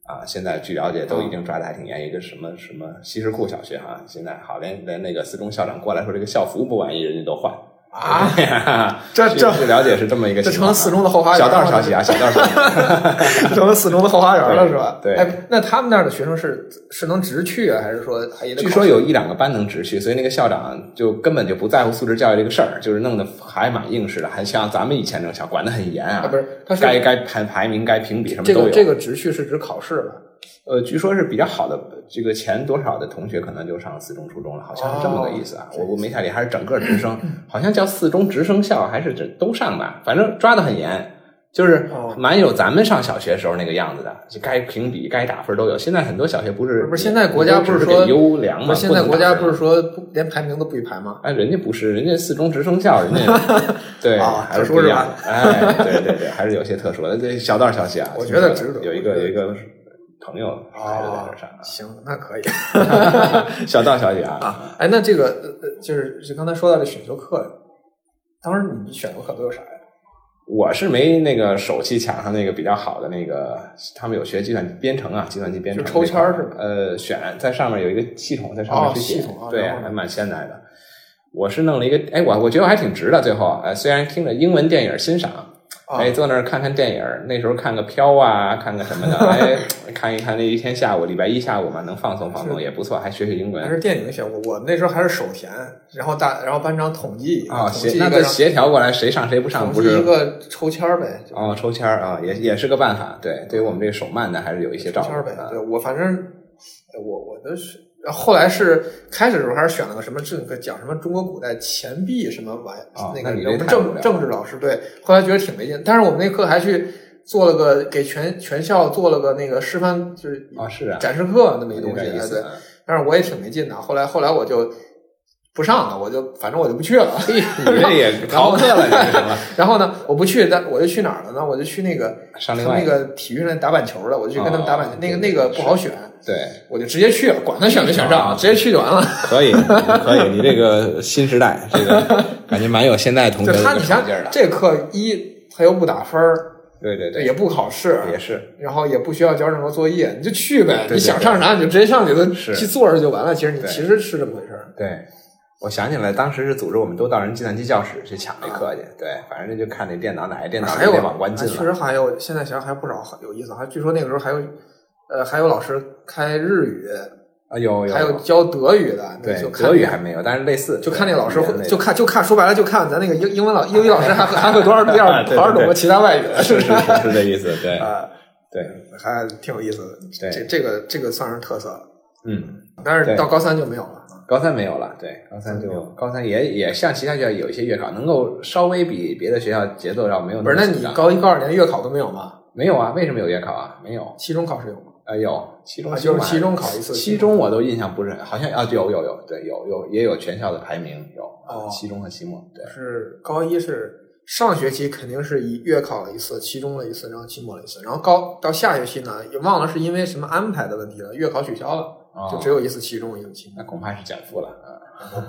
啊，现在据了解都已经抓的还挺严，一个什么什么西什库小学哈、现在好连连那个四中校长过来说这个校服不满意，人家都换啊，这这这据了解是这么一个这成情况啊，了四中的后花园小了，道消息啊，小道消 (laughs) 息，成了四中的后花园了，是吧？对对哎，那他们那儿的学生是是能直去啊，还是说还也得据考说有一两个班能直去，所以那个校长就根本就不在乎素质教育这个事儿，就是弄得还蛮硬实的，还像咱们以前那种校管得很严啊？啊不。是，他是该该排排名、该评比什么这都有。个这个直去是指考试吧？呃，据说是比较好的，这个前多少的同学可能就上四中、初中了，好像是这么个意思啊。哦我我没太理，还是整个直升，好像叫四中直升校，还是这都上吧，反正抓得很严，就是哦蛮有咱们上小学时候那个样子的，就该评比、该打分都有。现在很多小学不是不是现在国家不不是是说给优良不吗？是，现在国家不能是说不连排名都不予排吗？打分吗。哎，人家不是，人家四中直升校，人 (laughs) 家对，啊还是特殊不一是样吧。哎，对对对，还是有些特殊的。这小道消息啊， (laughs) 我觉得听说值得哦有一个有一个朋友孩子在这上啊。行，那可以。小道消息啊，啊，哎，那这个呃呃，就是就刚才说到这选修课，当时你选修课都有啥呀？我是没那个手气抢上那个比较好的那个，他们有学计算机编程啊，计算机编程就抽签儿是吧呃，选在上面有一个系统在上面哦去写，系统啊对然后，呢还蛮现代的。我是弄了一个，哎，我我觉得我还挺值的。最后，呃，虽然听着英文电影欣赏，啊哎，坐那儿看看电影儿，那时候看个飘啊，看个什么的，哎， (laughs) 看一看那一天下午，礼拜一下午嘛，能放松放松也不错，还学学英文还。是电影选我，我那时候还是手填，然后大，然后班长统计啊、统协计一那个再让，协调过来，谁上谁不上，统不计是一个抽签儿呗，就哦，抽签儿啊，也也是个办法。对，对于我们这个手慢的，还是有一些照抽签顾儿呗。的。对我反正呃我我的是然后后来是开始的时候还是选了个什么这个讲什么中国古代钱币什么玩意儿、哦个那你我这们太无政聊政治老师对，后来觉得挺没劲，但是我们那课还去做了个给全全校做了个那个示范，就是啊，是啊，展示课那么一有东西，点意哎思对。啊。但是我也挺没劲的，后来后来我就不上了，我就反正我就不去了。嘿，你这也逃课了，你成了 (laughs) 然后呢，我不去，但我就去哪儿了呢？我就去那个他上另们外那一个个体育上打板球的，我就去跟他们打板球。哦那个对那个不好选， (laughs) 对，我就直接去了，管他选没选上，啊直接去就完了。可以可以，你这个新时代，这个感觉蛮有现代同就学的他，这你个想冲劲儿的。这课一他又不打分儿，对对对，也不考试，也是然后也不需要交任何作业，你就去呗，对对你想上啥你就直接上去了，是去坐着就完了。其实你对其实是这么回事儿。对。我想起来，当时是组织我们都到人计算机教室去抢这课去。对，反正那就看那电脑哪个电脑啊还谁有得往关进确了。实还有，现在想想还不少很有意思。还据说那个时候还有，呃，还有老师开日语，啊，有有还有教德语的，对就看德语还没有，但是类似就看那个老师对会语，言类就看就看说白了就看咱那个英英文老英语老师还还会多少多少对对多少懂个其他外语的，是是不是？是是是这意思，对 (laughs) 啊，对，还挺有意思的。对这这个这个算是特色了，嗯，但是对到高三就没有了。高三没有了，对，高三就高三也也像其他学校有一些月考，能够稍微比别的学校节奏要没有不是，么那紧你张高一高二连月考都没有吗？没有啊？为什么有月考啊？没有，期中考试有吗？啊，有期中啊，就是期期中考一次。期中我都印象不是很，好像啊有有有对有有也有全校的排名有哦啊，期中和期末对是高一是上学期肯定是以月考了一次，期中了一次，然后期末了一次，然后高到下学期呢，也忘了是因为什么安排的问题了，月考取消了，啊就只有一次期中一次期 (laughs) 末，那恐怕是减负了啊。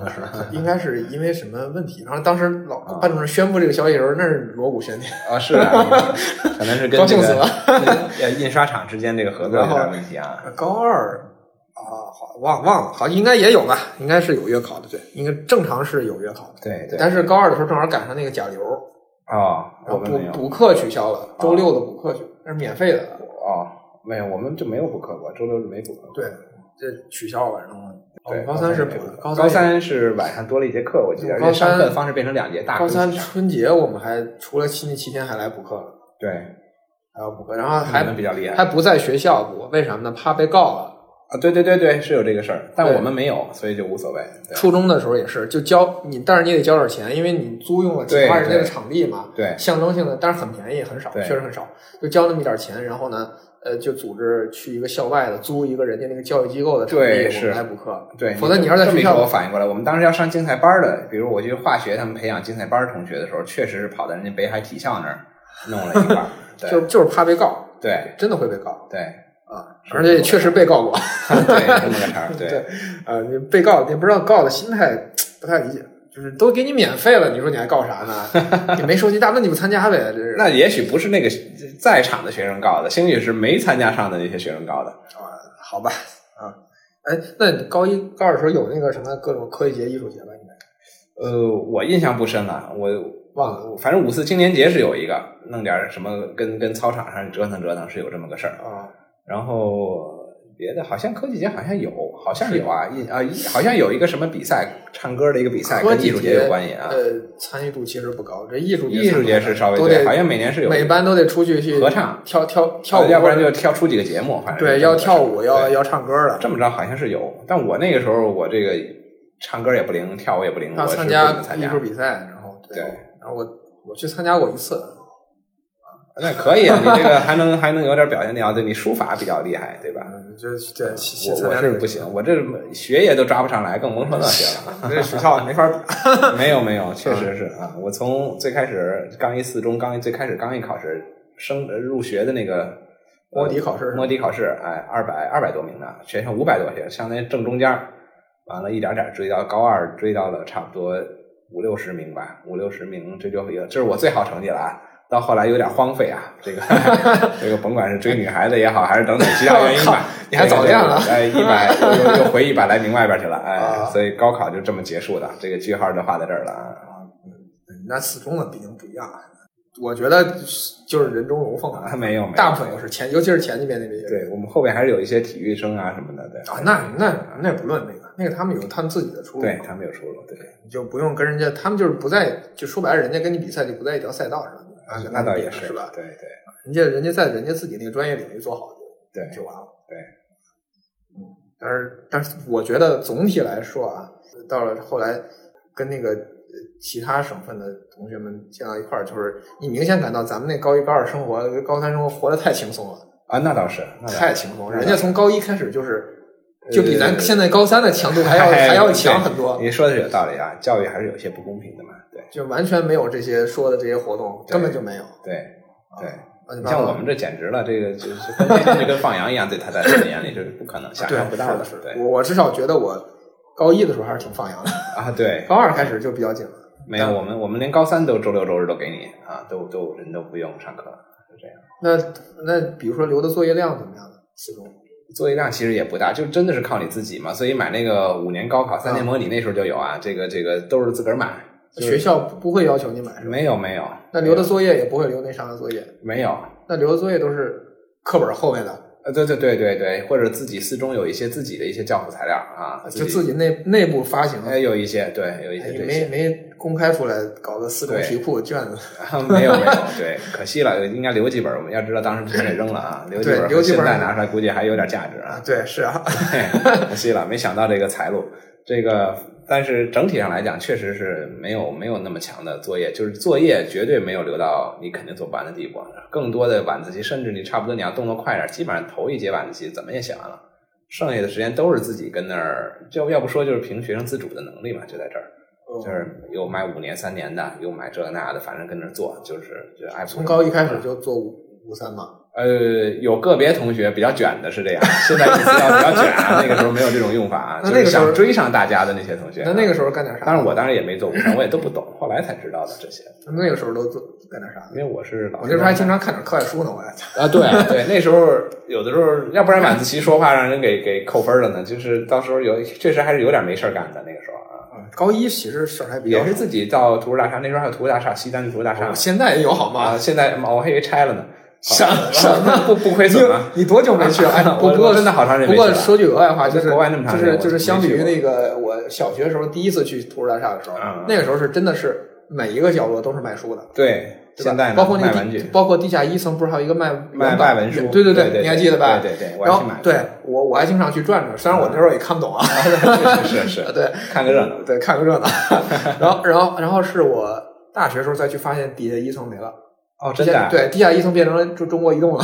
应该是因为什么问题。然后当时老啊班主任宣布这个消息的时候，那是锣鼓喧天，啊，是 (laughs) 啊，可能是跟高这兴个 (laughs) 死了呃印刷厂之间这个合作有点问题啊。高二。啊，好忘忘了，好应该也有吧，应该是有月考的，对，应该正常是有月考的，对对，但是高二的时候正好赶上那个甲流，哦，然我后们补没有啊补课取消了，周六的补课取，那是免费的，哦，没有，我们就没有补课过，周六日没补课。对，这取消了，然后对，哦高三是没补的，有哦高三也嗯三是晚上多了一节课，我记得，而高且三上课的方式变成两节大高课。三春节我们还除了期那七天还来补课了，对，还要补课，然后你们还比较厉害还不在学校补，为什么呢？怕被告了。啊！对对对对，是有这个事儿，但对我们没有，所以就无所谓。对初中的时候也是，就交你，但是你得交点钱，因为你租用了其他对人家的对场地嘛，对象征性的，但是很便宜，很少，对确实很少，就交那么一点钱，然后呢，呃，就组织去一个校外的租一个人家那个教育机构的场地，对我是们来补课，对，否则你要是在这么学一说，校，我反应过来，我们当时要上竞赛班的，比如我去化学，他们培养竞赛班同学的时候，确实是跑到人家北海体校那儿弄了 (laughs) 一半儿。对就就是怕被告，对真的会被告对啊，是而且也确实被告过。 (laughs) 对，这么个茬儿。对对，啊，你被告也不知道告的心态不太理解，就是都给你免费了，你说你还告啥呢？ (laughs) 也没收集大，那你不参加呗？这是那也许不是那个在场的学生告的，兴许是没参加上的那些学生告的。啊，好吧，啊，哎，那你高一高二的时候有那个什么各种科技节、艺术节吧？应该呃，我印象不深了，我忘了反正五四青年节是有一个，弄点儿什么跟跟操场上折腾折腾是有这么个事儿。啊，然后别的好像科技节好像有，好像有啊，一啊一好像有一个什么比赛，唱歌的一个比赛科跟技艺术节有关系啊。呃，参与度其实不高，这艺术艺术节是稍微都对，得好像每年是有每班都得出去去合唱啊跳跳跳舞，要不然就挑出几个节目，反正对是这么要个事跳儿舞要对要唱歌的，这么着好像是有，但我那个时候我这个唱歌也不灵，跳舞也不灵，要我是啊参不加能参艺加术。比赛，然后对然后我我去参加过一次，那可以啊，你这个还能还能有点表现力啊，对你书法比较厉害，对吧？嗯，这这写我我是不行，我这学业都抓不上来，更甭说那些 (laughs) 了。这学校没法比。 (laughs) 没有 (laughs) 没有，确实是啊，我从最开始刚一四中，刚一最开始刚一考试升呃入学的那个摸底考试摸底考试，哎，二百二百多名的，全校五百多学生，相当于正中间儿。完了，一点点儿追到高二，追到了差不多五六十名吧，五六十名，这就有，这是我最好成绩了啊。到后来有点荒废啊，这个 (laughs) 这个甭管是追女孩子也好，还是等等其他原 (laughs)，因吧你还早恋了哎，一 (laughs) 百又又回一百来名外边去了，啊哎，所以高考就这么结束的，这个句号就画在这儿了啊。那四中的毕竟不一样，我觉得就是人中龙凤啊， (laughs) 没有，没有大部分都是前，尤其是前几遍那届。对我们后边还是有一些体育生啊什么的，对啊，那那那不论那个，那个他们有他们自己的出路，对他们有出路，对，你就不用跟人家，他们就是不在，就说白了，人家跟你比赛就不在一条赛道上，啊，跟他那们倒比也是是吧？对对人家人家在人家自己那个专业领域做好就对就完了，对，嗯，但是，但是我觉得总体来说啊，到了后来跟那个呃其他省份的同学们见到一块儿，就是你明显感到咱们那高一高二生活、高三生活活得太轻松了，啊，那倒是，那倒是太轻松了。那人家从高一开始就是，就比咱呃现在高三的强度还要还要强很多，你说的是有道理啊，教育还是有些不公平的嘛。对就完全没有这些说的这些活动，对根本就没有。对啊对，乱七你八像糟我们这简直了，这个就是完全就跟放羊一样，在他在他们眼里这是不可能想对象不到的。是对我我至少觉得我高一的时候还是挺放羊的，啊，对，高二开始就比较紧了。没有我们我们连高三都周六周日都给你啊，都都人都不用上课，就这样。那那比如说留的作业量怎么样呢？四中作业量其实也不大，就真的是靠你自己嘛。所以买那个五年高考三年模拟那时候就有啊，这个这个都是自个儿买。就是嗯学校不不会要求你买是吧？没有没有，那留的作业也不会留那啥的作业，没有，那留的作业都是课本后面的，呃，对对对对对，或者自己四中有一些自己的一些教辅材料啊，就自己内内部发行的，哎有一些对有一哎些这没些没公开出来，搞个四中题库卷子，啊没有没 (laughs) 有对，可惜了，应该留几本，我们要知道当时全给扔了啊，留几对本留几现本在儿拿出来估计还有点价值啊啊，，对，是啊，嘿 (laughs) 可惜了，没想到这个财路，这个但是整体上来讲，确实是没有没有那么强的作业，就是作业绝对没有留到你肯定做不完的地步，啊更多的晚自习，甚至你差不多你要动作快点，基本上头一节晚自习怎么也写完了，剩下的时间都是自己跟那儿，就要不说就是凭学生自主的能力嘛，就在这儿。嗯就是有买五年三年的，有买这那的，反正跟那儿做，就是就爱不从高一开始就做五五三嘛，呃，有个别同学比较卷的是这样，现在意思要比较卷啊，那个时候没有这种用法啊， (laughs) 那就那是个时候想追上大家的那些同学。那那个时候干点候，啥当？然啊我当然也没做过，我也都不懂，后来才知道的这些，那个时候都做干点啥因？为我是老我师。那时候还经常看点课外书呢，我还啊，对对，那时候有的时候，要不然晚自习说话让人给给扣分了呢，就是到时候有确实还是有点没事儿干的那个时候啊，啊高一其实事儿还比较也是自己到图书大厦，那时候还有图书大厦，西单的图书大厦少，现在也有好吗？啊，现在我还以为拆了呢，什什么？不不亏 (laughs) 你损啊。你多久没去 (laughs) 了？哎，不我过我真的好长时间不没过去了说句额外话，就是我在国外那么长就时间是就是我相比没于去过那个我小学时候第一次去图书大厦的时候嗯嗯，那个时候是真的是每一个角落都是卖书的，对，对吧现在呢包括那卖个玩地具，包括地下一层不是还有一个卖卖版卖文书，对对对，你还记得吧？对对对，我然还后去买过。对我我还经常去转转，虽然我那时候也看不懂啊，是 (laughs) 是是，对，嗯嗯看个热闹。对，看个热闹。 (laughs) 然后然后然后是我大学时候再去发现底下一层没了，哦，地真下的啊，对，地下一层变成了就中国移动了。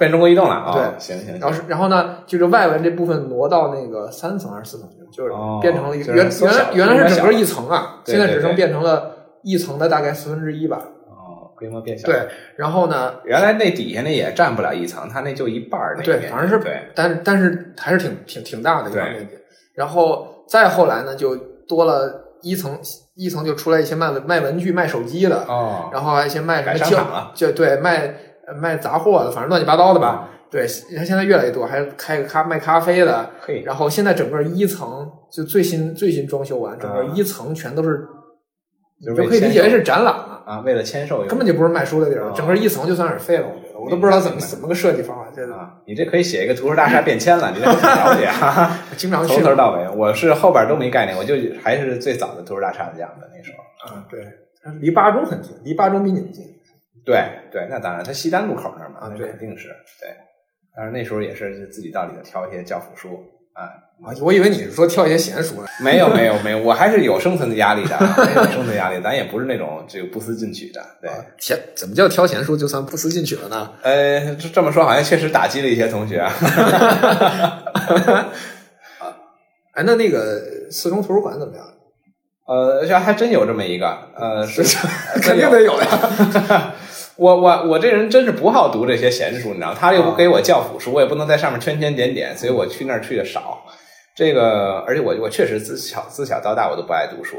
变中国移动了啊！对行行然后是，然后呢，就是外文这部分挪到那个三层还是四层去了，就是哦变成了一个就是原缩原小来原来变是整小个了一层啊，对现在对只剩对变成了一层的大概四分之一吧。哦，规模变小。，对，然后呢，原来那底下那也占不了一层，它那就一半儿那对一面反正是对但是但是还是挺挺挺大的一个对面积。然后再后来呢，就多了一层一层就出来一些卖文卖文具、卖手机的，哦，然后还有一些卖什改么商胶场了哦就对卖呃卖杂货的，反正乱七八糟的好吧。？对，现现在越来越多，还开个咖卖咖啡的，嘿，然后现在整个一层就最新最新装修完，整个一层全都是，就你是啊就可以理解为是展览了，啊，为了签售用根本就不是卖书的地儿了。啊整个一层就算是废了，我觉得我都明白不知道怎么明白怎么个设计方法，真的。啊，你这可以写一个图书大厦变迁了，你这很了解 (laughs) 啊，我经常去从头到尾。我是后边都没概念，我就还是最早的图书大厦的样子那时候。啊，对，离八中很近，离八中比你们近。对对，那当然，它西单路口那儿嘛，啊那对肯定是对。但是那时候也是自己到里头挑一些教辅书啊，啊，我以为你是说挑一些闲书呢。没有没有没有，我还是有生存的压力的，还是有生存压力，咱也不是那种这个不思进取的，对。闲怎么叫挑闲书就算不思进取了呢？呃，这这么说好像确实打击了一些同学啊。哎，那那个四中图书馆怎 (laughs) 么样？呃，这还真有这么一个，呃，是肯定得有呀。 (laughs) 我我我这人真是不好读这些闲书，你知道，他又啊不给我教辅书，我也不能在上面圈圈点点，所以我去那儿去的少。这个，而且我我确实自小自小到大我都不爱读书。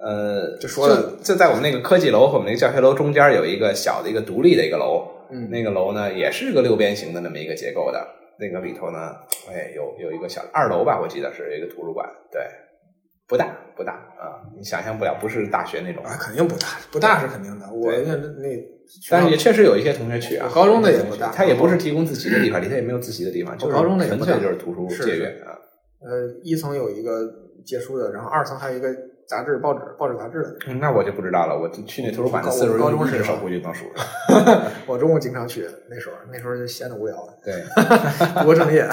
呃，就说了就在我们那个科技楼和我们那个教学楼中间有一个小的一个独立的一个楼，嗯，那个楼呢也是个六边形的那么一个结构的，那个里头呢，哎，有有一个小二楼吧，我记得是一个图书馆，对，不大不大啊、你想象不了，不是大学那种，啊，肯定不大，不大是肯定的。我对那那，但是也确实有一些同学去啊我，高中的也不大他也不是提供自习的地方，里头也没有自习的地方，就是高中的也纯不大粹就是图书是借阅啊。呃，一层有一个借书的，然后二层还有一个杂志、报纸、报纸、杂志的地嗯那我就不知道了。我去那图书馆的次数，高中一是只吧手估计能数上。方。我中午经常去，那时候那时候就闲得无聊了，对，不务正 (laughs) 业，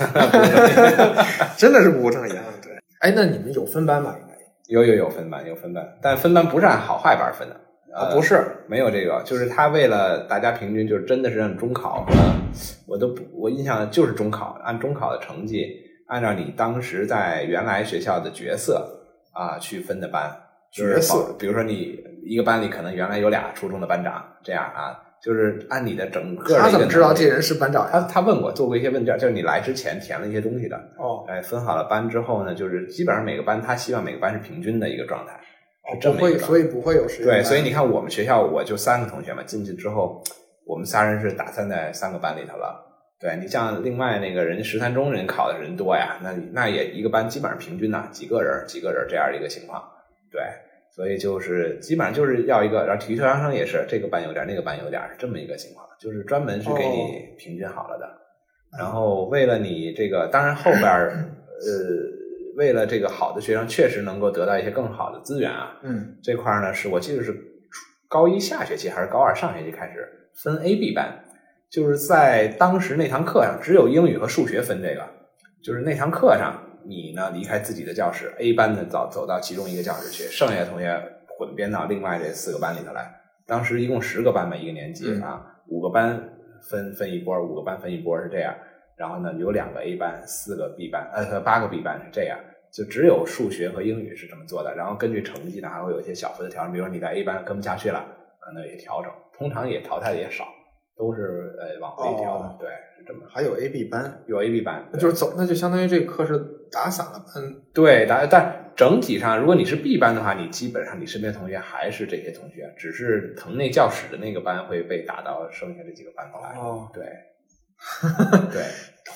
(laughs) 真的是不务正业啊！对，哎，那你们有分班吧？应该有有有分班，有分班，但分班不是按好坏班分的，啊，呃，不是，没有这个，就是他为了大家平均，就是真的是按中考，我都不，我印象就是中考，按中考的成绩，按照你当时在原来学校的角色啊去分的班，就是角色保，比如说你一个班里可能原来有俩初中的班长，这样啊，就是按你的整个的他一怎个么知道能力这人是班长他呀？他问我做过一些问卷，就是你来之前填了一些东西的，哦，哎，分好了班之后呢，就是基本上每个班他希望每个班是平均的一个状态，是这不么一会，个状态所以不会有实验班。对，所以你看我们学校，我就三个同学嘛，进去之后，我们仨人是打散在三个班里头了。对你像另外那个人十三中人考的人多呀，那你那也一个班基本上平均呐、几个人儿几个人儿这样一个情况。对，所以就是基本上就是要一个，然后体育特长生也是这个班有点儿，那个班有点儿，是这么一个情况，就是专门是给你平均好了的。然后为了你这个，当然后边儿呃，为了这个好的学生确实能够得到一些更好的资源啊，嗯，这块儿呢，是我记得是初高一下学期还是高二上学期开始分 A、B 班，就是在当时那堂课上只有英语和数学分这个，就是那堂课上你呢离开自己的教室，A 班的走走到其中一个教室去，剩下的同学混编到另外这四个班里头来。当时一共十个班吧，一个年级嗯啊，五个班分分一波，五个班分一波是这样。然后呢，有两个 A 班，四个 B 班，呃，八个 B 班是这样，就只有数学和英语是这么做的。然后根据成绩呢，还会有一些小幅的调整，比如说你在 A 班跟不下去了，可能有些调整。通常也淘汰的也少，都是呃往回调的。哦对，是这么还有 A、B 班，有 A、B 班，那就是走，那就相当于这个课是打散了班。对，但但整体上，如果你是 B 班的话，你基本上你身边同学还是这些同学，只是腾内教室的那个班会被打到剩下的几个班过来。哦， (laughs) 对，对，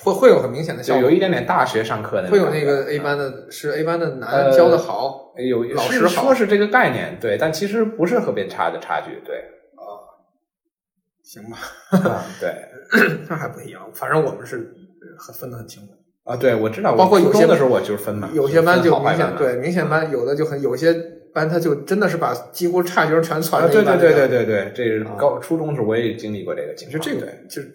会会有很明显的效就果有，一点点大学上课的会有种那感个觉 A 班的，是 A 班的男呃教的好，有老是师好说是这个概念，对，但其实不是特别差的差距，对， (laughs) 嗯行吧？对 (clears throat) 那还不一样，反正我们是呃很分得很清楚。啊，对我知道，包括我初有些中的时候我就是分嘛，有些班就就是分好明啊坏班显嘛对明显班有的就很有些班他就真的是把几乎差学生全啊，攒在一对对班对里对了，对对，这是啊高初中的时候我也经历过这个情就况，这个对就是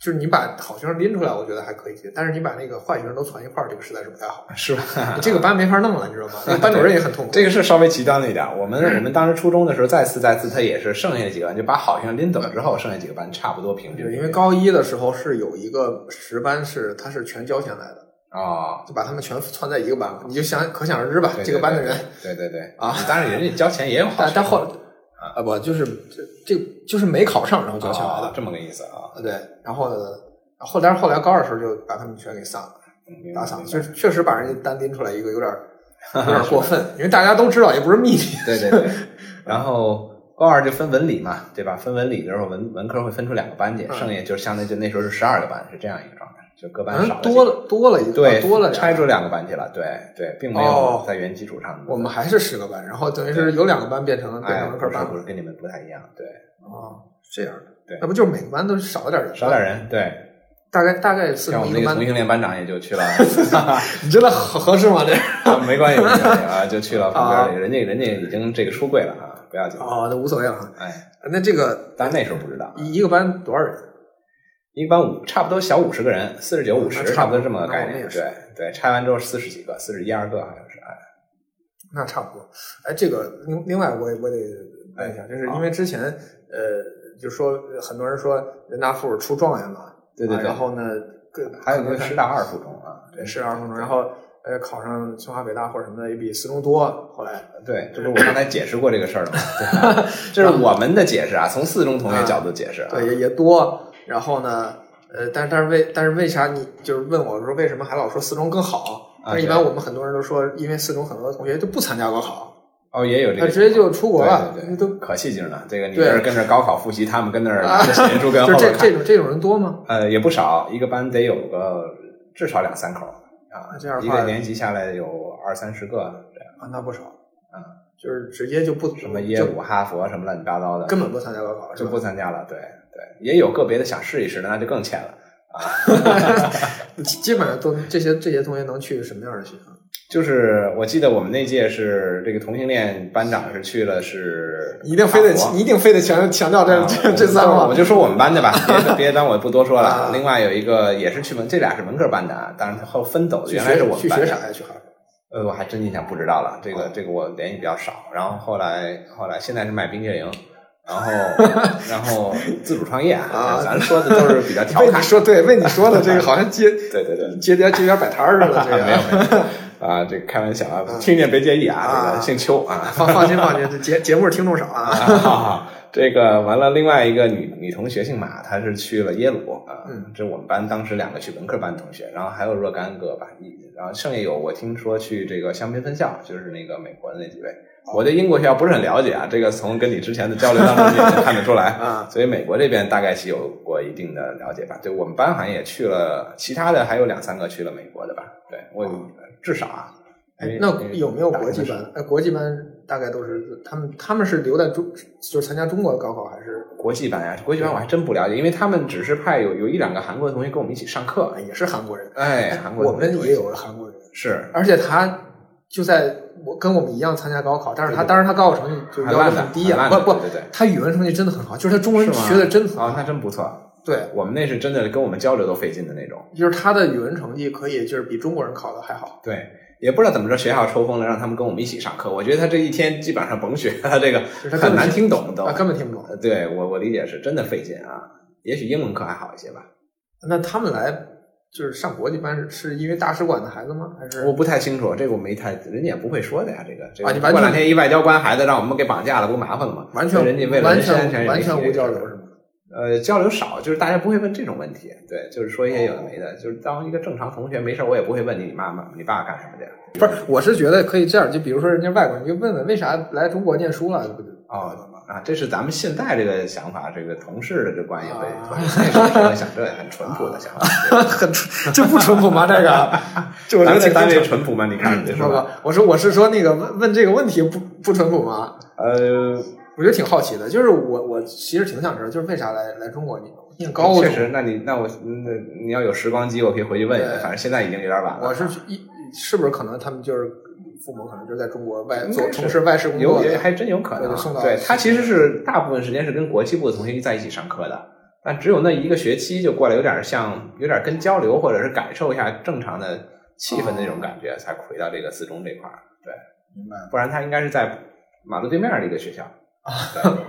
就是你把好学生拎出来，我觉得还可以接，但是你把那个坏学生都攒一块儿，这个实 (laughs) 在是不太好。是 (laughs) 吧？这个班没法弄了，你知道吗？那个班主任也很痛苦。这个是稍微极端了一点儿。我们我们当时初中的时候，再次再次，他也是剩下几个班，就把好学生拎走之后，剩下几个班差不多平均。对，因为高一的时候是有一个十班是他是全交钱来的，啊，就把他们全窜在一个班了，你就想可想而知吧对，这个班的人。，对对对对啊，当然人家交钱也有好但学生，但后啊不就是这这就是没考上然后交钱来啊的，这么个意思啊，对，然后后来后来高二时候就把他们全给散了，嗯打散了，确确实把人家单拎出来一个有点 (laughs) 有点过分，因为大家都知道也不是秘密，对 (laughs) 对对。然后高二就分文理嘛，对吧？分文理的时候，文文科会分出两个班去，嗯剩下就是相当于就那时候是十二个班，是这样一个状态，就各班嗯少了几多了多了一个对多了两个拆出两个班去了，对对，并没有哦在原基础上。我们还是十个班，然后等于是有两个班变成了变哎成，了不科是班不了是跟你们不太一样，对，啊，这样的，对那不就是每个班都少了点人吗，少点人，对，大概大概四像我成们一个那个班同，性恋班长也 (laughs) 就去了， (laughs) 你真的合合适吗？这没关系没关系啊，就去了旁啊边，人家人家已经这个出柜了啊，不要紧，哦，那无所谓了哈。哎，那这个但那时候不知道，一个班多少人？一个班五差不多小五十个人，四十九五十那差差不不多多这么个概那我们念。也是对对，拆完之后四十几个，四十一二个好像是。哎那差不多。哎，这个另另外我也我得问一哎下，就是因为之前呃，就说呃很多人说人大附出状元嘛，对对啊对然后呢，各还有一个很师多大二附中啊，人对是二附中，然后呃考上清华北大或者什么的也比四中多，后来对，这不是我刚才解释过这个事儿 (laughs) 了吗？对吧这是我们的解释啊，从四中同学啊角度解释啊。对也也多，然后呢。呃，但但是为但是为啥你就是问我说为什么还老说四中更好？啊但是一般我们很多人都说，因为四中很多同学都不参加高考，哦，也有这他个直接就出国了，对对对都可气劲儿呢。这个你对这儿跟这儿高考复习，他们跟那儿拿啊着闲书 (laughs) 跟就是后边这这看，种这种人多吗？呃，也不少，一个班得有个至少两三口儿啊那这样，的一话个年级下来有二三十个这啊，样，那不少嗯，就是直接就不什么耶就鲁、哈佛什么乱七八糟的，根本不参加高考，是就吧不参加了。对对，也有个别的想试一试的，那就更浅了。基基本上都这些这些同学能去什么样的学校？就是我记得我们那届是这个同性恋班长是去了是 (laughs) 一定非得法国啊你一定非得强强调这这这三我话，就说我们班 (laughs) 的吧，别别当我不多说啊了。另外有一个也是去文，这俩是文科班的啊，当然后分走的，去原来是学我们去班学的啥呀？去哈 (laughs) 尔呃，我还真印象不知道了，这个哦这个我联系比较少。然后后来后来现在是卖冰激凌，(laughs) 然后然后自主创业啊咱说的都是比较调被侃你。说对，被你说的这个好像接对对对，接点接点摆摊儿似的，这啊个没有没有啊，这个开玩笑啊，听见别介意啊，这啊个姓邱 (laughs) 啊。放放心放心，这节节目听众少啊，啊，这个完了，另外一个女女同学姓马，她是去了耶鲁啊。嗯，这我们班当时两个去文科班同学，然后还有若干个吧，一然后剩下有我听说去这个香槟分校，就是那个美国的那几位。我对英国学校不是很了解啊，这个从跟你之前的交流当中你也能看得出来啊。所以美国这边大概是有过一定的了解吧。对我们班好像也去了，其他的还有两三个去了美国的吧。对我至少啊。哦因哎为，那有没有国际？因为大概是班？哎，国际班大概都是他们他们是留在中，就是参加中国的高考还是国际班呀、国际班我还真不了解，因为他们只是派有有一两个韩国的同学跟我们一起上课哎。也是韩国人？哎，韩国我同学们也有韩国人，是而且他就在我跟我们一样参加高考，但是他对对当然他高考成绩就很要烂求的，很低啊，很烂的不不，对对对。他语文成绩真的很好，就是他中文是吗学的真好，哦，那真不错。对，我们那是真的跟我们交流都费劲的那种。就是他的语文成绩可以就是比中国人考的还好。对，也不知道怎么着，学校抽风了，让他们跟我们一起上课。我觉得他这一天基本上甭学，他这个就是他根很本难听懂都啊，。根本听不懂。呃对我我理解是真的费劲啊。也许英文课还好一些吧，那他们来就是上国际班是是因为大使馆的孩子吗？还是我不太清楚，这个我没太，人家也不会说的呀。这个这个啊你完全过两天一外交官孩子让我们给绑架了，不麻烦了吗？完全人家为了完人身安全全也完没全提无这交事流儿是吗？呃，交流少，就是大家不会问这种问题，对，就是说一些有的没的，就是当一个正常同学，没事儿我也不会问你你妈妈、你爸干什么去啊了。不是，我是觉得可以这样，就比如说人家外国人，你就问问为啥来中国念书了，不就哦啊，这是咱们现在这个想法，这个同事的这观也会啊，那时候想这很淳朴的想 (laughs) 法， (laughs) 很淳这不淳朴吗？这个，啊这我觉得咱们在挺单单位纯。淳朴吗？你看是不不吧？，我说我是说那个问问这个问题不不淳朴吗？呃，我觉得挺好奇的，就是我我其实挺想知道，就是为啥来来中国念念高中？确实，那你那我嗯那你要有时光机，我可以回去问一问，对反正现在已经有点晚了。我是一是不是可能他们就是父母可能就是在中国外应该做是从事外事工有作也的，还真有可对能就送到。对他其实是大部分时间是跟国际部的同学在一起上课的，但只有那一个学期就过来，有点像有点跟交流或者是感受一下正常的气氛那种感觉，才回到这个四中这块儿。对，哦明白不然他应该是在马路对面的一个学校。啊，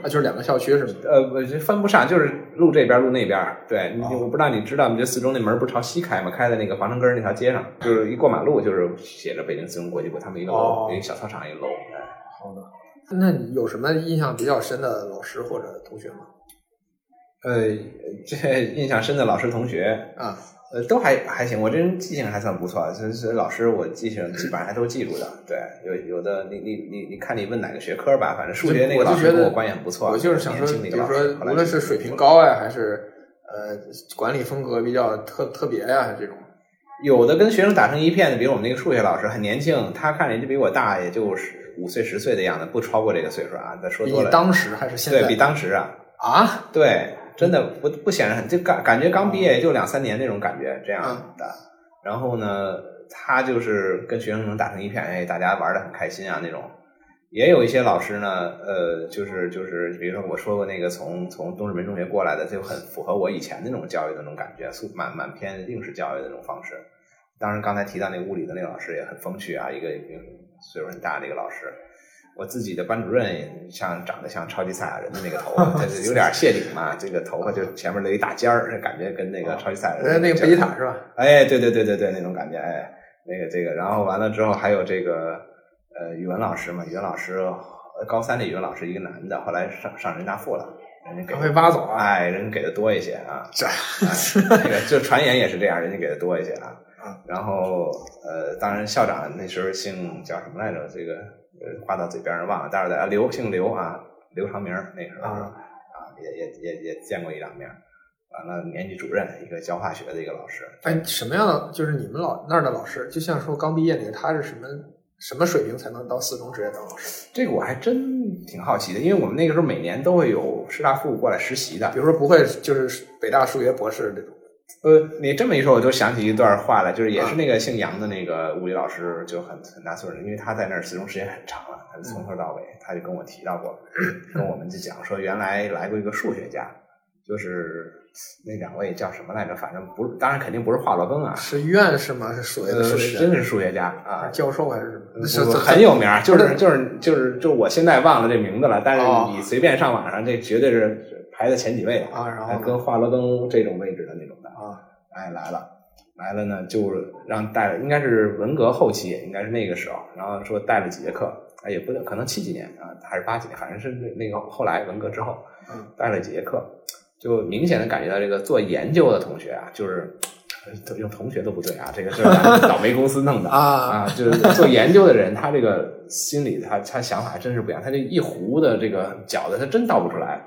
就是两个校区是吗？呃，我这分不上，就是路这边路那边。对，你哦我不知道你知道吗？这四中那门不是朝西开吗？开在那个防城根儿那条街上，就是一过马路就是写着北京四中国际部，他们一个楼，哦有一个小操场一个楼。哎好的。那你有什么印象比较深的老师或者同学吗？呃，这印象深的老师同学，啊，呃，都还还行。我这人记性还算不错，就是老师我记性基本上还都记住的。对，有有的你你你你看你问哪个学科吧，反正数学那个老我就觉师得跟我关系很不错。啊我就是想说，年比轻那个如老说师，后来无论就是水平，高呀，还是呃管理风格比较特特别呀，还是这种有的跟学生打成一片的，比如我们那个数学老师很年轻，他看人家比我大，也就是五岁十岁的样子，不超过这个岁数啊。再说比多你了，当时还是现对在比当时啊，啊？对，真的不不显然很，就感感觉刚毕业就两三年那种感觉这样嗯的。然后呢，他就是跟学生能打成一片，哎，大家玩的很开心啊那种。也有一些老师呢，呃，就是就是，比如说我说过那个从从东直门中学过来的，就很符合我以前那种教育的那种感觉，素满满偏应试教育的那种方式。当然，刚才提到那个物理的那个老师也很风趣啊，一个一个岁数很大的一个老师。我自己的班主任也像长得像超级赛亚人的那个头发， (laughs) 就是有点谢顶嘛，这个头发就前面留一大尖儿，感觉跟那个超级赛亚呃，人那个个劲儿贝吉塔是吧？哎，对对对对对，那种感觉，哎，那个这个，然后完了之后还有这个呃语文老师嘛，语文老师呃高三的语文老师一个男的，后来上上人大附了，人家给他的会挖走啊！哎，人给的多一些啊， (laughs) 这哎这个就传言也是这样，人家给的多一些啊嗯。然后呃，当然校长那时候姓叫什么来着？这个呃话到嘴边儿忘了，但是啊刘姓刘啊，刘长明儿那时候啊啊也也也也见过一两面儿。完了，年级主任一个教化学的一个老师，哎，什么样的就是你们老那儿的老师，就像说刚毕业那个，他是什么什么水平才能到四中职业当老师？这个我还真挺好奇的，因为我们那个时候每年都会有师大附过来实习的比，如说不会就是北大数学博士这种呃，你这么一说，我就想起一段话来，就是也嗯是那个姓杨的那个物理老师就很很大岁数，因为他在那儿始终时间很长了，他就从头到尾，他就跟我提到过，嗯跟我们就讲说，原来来过一个数学家，就是那两位叫什么来着？反正不是，当然肯定不是华罗庚啊，是院士吗？是所谓呃，的数是学家嗯真是数学家啊。教授呃还是不是不是很有名儿，就不是就是就是就是，我现在忘了这名字了，但哦是你随便上网上，这绝对是排在前几位的啊然后呢跟华罗庚这种位置的那种的。啊哎，来了，来了呢，就是让带了，应该是文革后期，应该是那个时候，然后说带了几节课，哎，也不能可能七几年啊，还是八几年，反正是那那个后来文革之后嗯，带了几节课，就明显的感觉到这个做研究的同学啊，就是。呃用同学都不对啊，这个是咱们倒霉公司弄的啊啊，就是做研究的人，他这个心里他他想法还真是不一样，他这一壶的这个饺子他真倒不出来，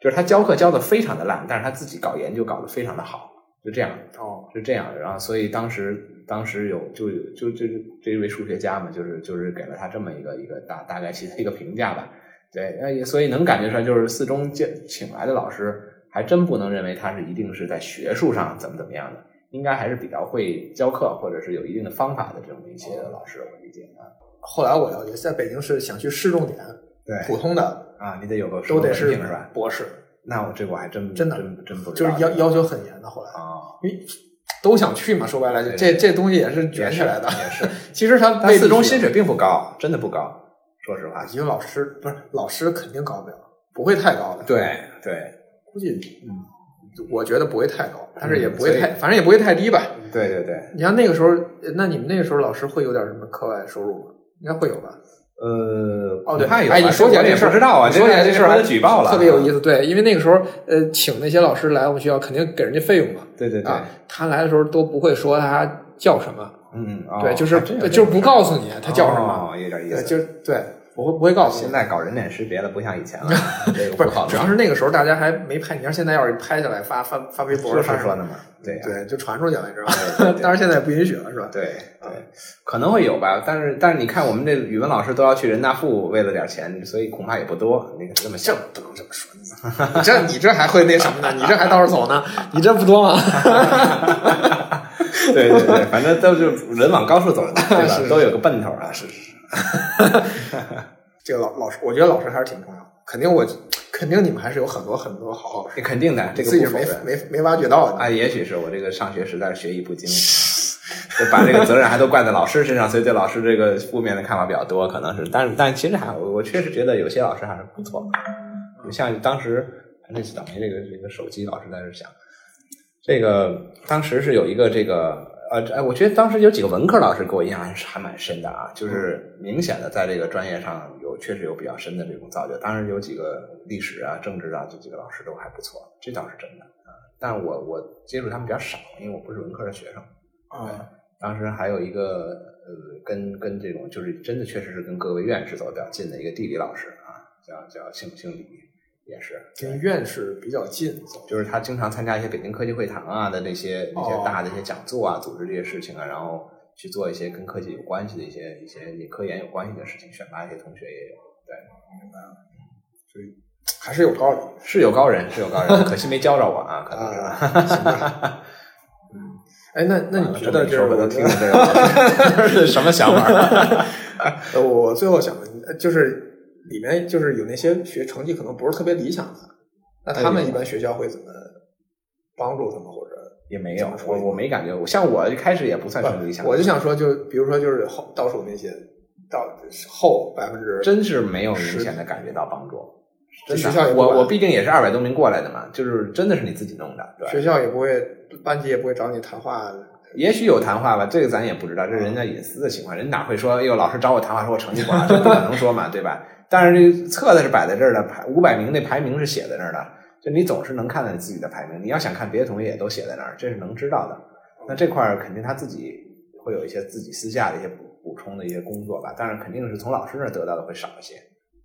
就是他教课教的非常的烂，但是他自己搞研究搞得非常的好，就这样。哦是这样的，然后所以当时当时有就就就这位数学家嘛，就是就是给了他这么一个一个大大概其他一个评价吧，对，那也所以能感觉出来，就是四中请请来的老师还真不能认为他是一定是在学术上怎么怎么样的，应该还是比较会教课或者是有一定的方法的这种一些老师，我理解啊，后来我了解，在北京市想去市重点，对普通的啊，你得有个都得什么是文凭是吧？博士，那我这我还真真的真真不知就道是要要求很严的。后来啊，因为都想去嘛，说白了，对这这东西也是卷起来的。也是， (laughs) 其实他但四中薪水并不高，真的不高，说实话啊，。一个老师不是老师肯定高不了，不会太高的，，对对估计嗯，我觉得不会太高，但是也不会嗯所以太，反正也不会太低吧。对对对，你像那个时候，呃那你们那个时候老师会有点什么课外收入吗？应该会有吧？呃，哦，对，怕有啊。哎，你说起来这事儿我也不知道啊，你说起来这事儿还还得举报了，啊特别有意思。对，因为那个时候，呃，请那些老师来我们学校，肯定给人家费用嘛。对对对，啊，他来的时候都不会说他叫什么，嗯，哦对，就是呃还真有这就是不种告诉你他叫什事么，儿，哦有点意对，思。哦就是对，不会不会告诉现你。在搞人脸识别了，不像以 (laughs) 前了，这个不是不好，弄主要是那个时候大家还没拍，你要现在要是拍下来发发发微博，说发是什说么呢嘛，对呀对，就传出去了，你知道 (laughs) 吗？ (laughs) 对对对当然现在不允许了，是吧？对对，可能会有吧，但是但是你看我们这语文老师都要去人大附为了点钱，所以恐怕也不多。你这么这 (laughs) 想，不能这么说，你这你这还会那什么 (laughs) 呢？你这还到处走呢？你这不多吗？对对对，反正都是人往高处走，(laughs) 对是吧？都有个奔头啊，是是。这个老老师，我觉得老师还是挺重要的。肯定我，肯定你们还是有很多很多好好老师，你肯定的，这个自己不是否没认。没没挖掘到的。啊，也许是我这个上学实在是学艺不精，就把这个责任还都怪在老师身上，所以对老师这个负面的看法比较多，可能是。但是，但其实还我我确实觉得有些老师还是不错的，你像当时那次倒霉这个这个手机老师在这响，这个当时是有一个这个。呃，哎，我觉得当时有几个文科老师给我印象还是还蛮深的啊，就是明显的在这个专业上有确实有比较深的这种造就。当然有几个历史啊、政治啊这几个老师都还不错，这倒是真的。但我我接触他们比较少，因为我不是文科的学生。啊，当时还有一个呃，跟跟这种就是真的确实是跟各位院士走得比较近的一个地理老师啊，叫叫姓姓李，也是，跟院士比较近，就是他经常参加一些北京科技会堂啊的那些那哦些大的一些讲座啊，组织这些事情啊，然后去做一些跟科技有关系的一些一些你科研有关系的事情，选拔一些同学也有。还是有道理。是有高人，是有高人，可惜没教着我啊，可能是。啊行 (laughs) 吧嗯，哎，那那啊你觉得就是我我都听了 (laughs) 这个是什么想法？啊呃，我最后想问，呃就是里面就是有那些学成绩可能不是特别理想的，那他哎们呦一般学校会怎么帮助他们，或者也没怎有么，说我我没感觉，我像我一开始也不算成理想，我就想说，就比如说就是后倒数那些倒后百分之真是没有明显的感觉到帮助。这真的学校也不管我我毕竟也是二百多名过来的嘛，就是真的是你自己弄的，学对。校也不会，班级也不会找你谈话。也许有谈话吧，这个咱也不知道，这是人家隐私的情况，人哪会说，哎呦，老师找我谈话，说我成绩不好，这不可能说嘛，(laughs) 对吧？但是这册子是摆在这儿的，排五百名那排名是写在那儿的，就你总是能看到你自己的排名，你要想看别的同学也都写在那儿，这是能知道的。嗯那这块儿肯定他自己会有一些自己私下的一些补补充的一些工作吧，但是肯定是从老师那儿得到的会少一些。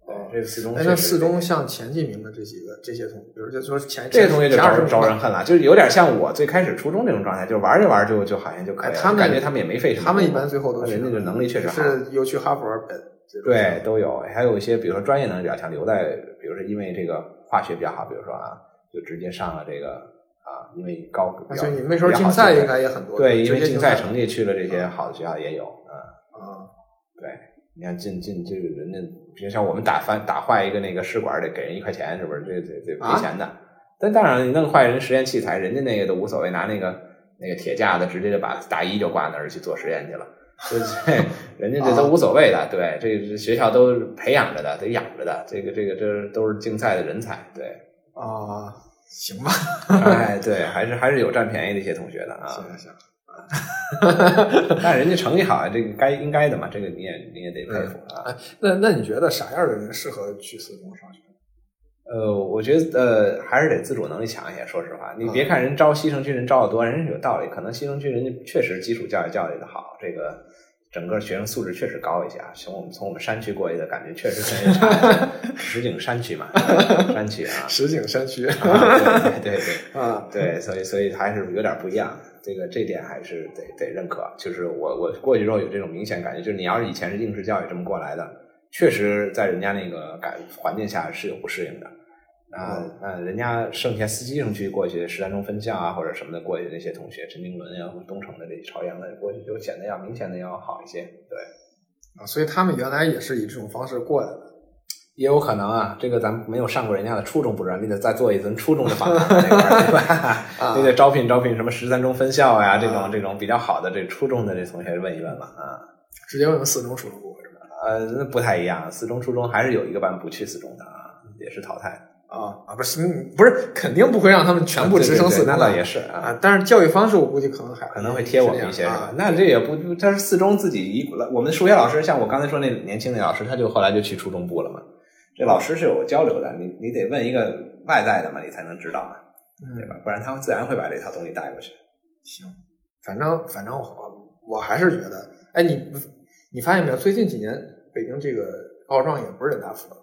对，这个四中哎，确那实四中像前几名的这几个这些同，比如就说前这个同学就前二招十名招吧人恨了，就是有点像我最开始初中那种状态，就玩着玩就就好像就可以了，哎他们感觉他们也没费什么，啊他们一般最后都人家去这能力确实好，是又去哈佛、北这种对都有，还有一些比如说专业能力比较强，留在比如说因为这个化学比较好，比如说啊，就直接上了这个啊，因为高而且你那时候竞赛应该也很多，对，因职为业竞竞赛赛成绩去了这些好的学校也有啊。啊，对，你看进进这个人家，比如像我们打翻打坏一个那个试管得给人一块钱，是不是？这这这啊赔钱的。但当然，你弄坏人实验器材，人家那个都无所谓，拿那个那个铁架子直接就把大衣就挂那儿去做实验去了。这这，人家这都无所谓的，对，这这学校都是培养着的，得养着的，这个这个这都是竞赛的人才，对，啊，行吧，哎，对，还是还是有占便宜的一些同学的啊，行行，但人家成绩好，这个该应该的嘛，这个你也你也得佩服啊。那那你觉得啥样的人适合去四中 (laughs) 上学？呃，我觉得呃，还是得自主能力强一些。说实话，你别看人招西城区人招的多，人是有道理。可能西城区人家确实基础教育教育的好，这个整个学生素质确实高一些啊。从我们从我们山区过去的感觉确实跟人差， (laughs) 石景山区嘛，山区啊， (laughs) 石景山区啊 (laughs) 对对对对。啊，对，所以所以还是有点不一样，这个这点还是得得认可。就是我我过去之后有这种明显感觉，就是你要是以前是应试教育这么过来的，确实在人家那个感环境下是有不适应的。那嗯那人家剩下司机城区过去十三中分校啊或者什么的过去那些同学，陈经纶呀、东城的这朝阳的过去就显得要明显的要好一些。对，啊所以他们原来也是以这种方式过来的。也有可能啊，这个咱们没有上过人家的初中，不知道，你得再做一轮初中的访谈那块儿，对 (laughs) 吧？你得招聘招聘什么十三中分校呀、这啊种这种比较好的这初中的这同学问一问吧啊。直接问四中属不是吧？呃，那不太一样，四中初中还是有一个班不去四中的啊，也是淘汰，啊啊，不是，嗯不是，肯定不会让他们全部直升四中对对对那的倒也是啊。啊。但是教育方式，我估计可能还可能会贴我们一些，是啊吧？那这也不，但是四中自己一，我们数学老师，像我刚才说那年轻那老师，他就后来就去初中部了嘛。这老师是有交流的，你你得问一个外在的嘛，你才能知道嘛。对嗯，吧？不然他们自然会把这套东西带过去。行，反正反正我我还是觉得，哎，你你发现没有？最近几年北京这个奥状也不是人大附的，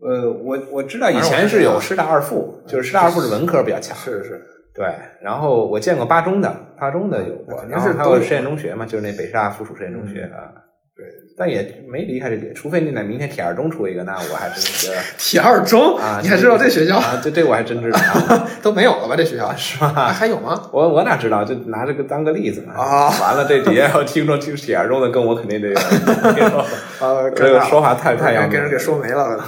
呃，我我知道以反正我是前是这样有师大二附，就是师大二附是文科比较强，是 (laughs) 是，对。然后我见过八中的，八中的有那过，肯定然是后还都有有实验中学嘛，就是那北师大附属实验中学嗯啊。对，但也没离开这里，除非那明天铁二中出一个，那我还真 (laughs) 觉得铁二中啊，，你还知道这学校啊？对，这我还 (laughs) 真知道，啊都没有了吧？这学校是吧？还有吗？我我哪知道，就拿这个当个例子嘛。啊完了，这底下要听众听铁二中的，跟我肯 (laughs) 定这个这个，啊，这个说话太太要要命给人给了。说没了，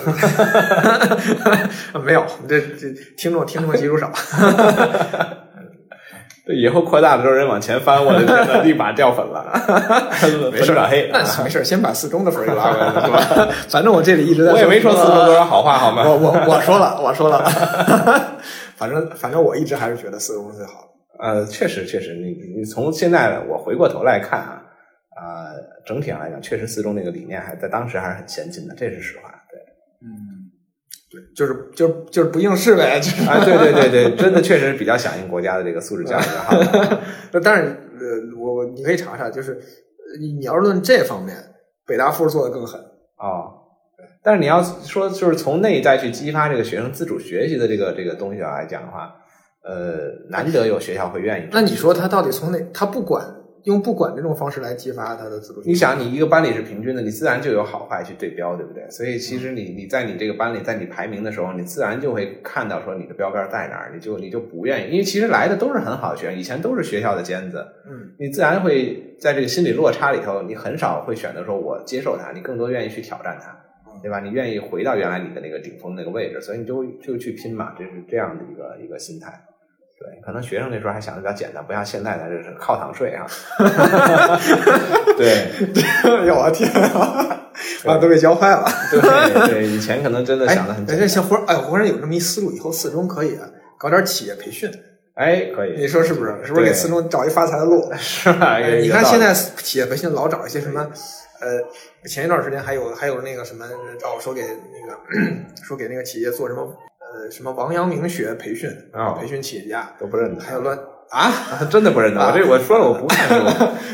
(laughs) 没有，这这听众听众基数少，这以后扩大的时候，人往前翻，我的天呐，立马掉粉了，粉转黑。 (laughs) 那没事，先把四中的分儿给拉回来 (laughs) 了，是吧？反正我这里一直在，我也没说四中多少好话，好我吗？我我说了，我 (laughs) 说了，反正反正我一直还是觉得四中是最好的。呃，确实确实，你你从现在我回过头来看啊，啊、整体上来讲，确实四中那个理念还在当时还是很先进的，这是实话。对，嗯，对，就是就是就是不应试呗， (laughs) 就是。啊，对对对对，真的确实比较响应国家的这个素质教育的哈。那但是呃，我我你可以查查，就是呃你你要是论这方面，北大附做的更狠。哦，但是你要说就是从内在去激发这个学生自主学习的这个这个东西来讲的话，呃，难得有学校会愿意。那你说他到底从哪？他不管用不管这种方式来激发他的自主学习？你想，你一个班里是平均的，你自然就有好坏去对标，对不对？所以其实你你在你这个班里，在你排名的时候，你自然就会看到说你的标杆在哪儿，你就你就不愿意，因为其实来的都是很好的学生，以前都是学校的尖子，嗯你自然会在这个心理落差里头，你很少会选择说我接受它，你更多愿意去挑战它嗯，对吧？你愿意回到原来你的那个顶峰那个位置，所以你就就去拼嘛，这是这样的一个一个心态。对，可能学生那时候还想的比较简单，不像现在咱这是靠堂睡啊。 (laughs) 对， (laughs) 哎呦我天啊，把都给教坏了。对对，以前可能真的想的很哎，简这单。像忽然哎，忽然有这么一思路，以后四中可以搞点企业培训，哎，可以，你说是不是？是不是给对四中找一发财的哎路？是吧？哎有你有看道理现在企业培训老找一些什么，呃，前一段时间还有还有那个什么找我说给那个说给那个企业做什么呃什么王阳明学培训哦培训企业家，都不认得 (laughs) 还有乱啊，真的不认得。我这我说了，我不 (laughs) 看书，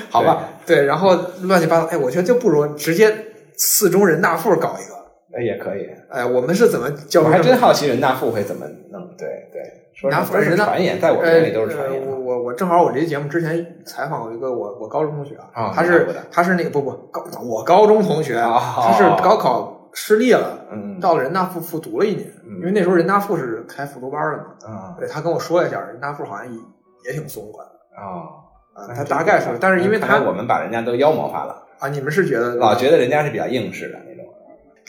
好吧，对，然后乱七八糟，哎，我觉得就不如直接四中人大附搞一个，对，那也可以。哎，我们是怎么教我育还这么？真好奇人大附会怎么弄。对对，说人大是附说是人大传言，在我们眼里都是传呃言啊我嘛。我我正好我这节目之前采访过一个我我高中同学，啊他你是看过的他是那个不不高我高中同学，哦他是高考失利了，嗯到了人大附复读了一年，嗯因为那时候人大附是开复读班的嘛。啊对他跟我说了一下，人大附好像也也挺松快的啊，啊，他大概说，但是因为看来他嗯我们把人家都妖魔化了，啊，你们是觉得老觉得人家是比较硬实的那种。啊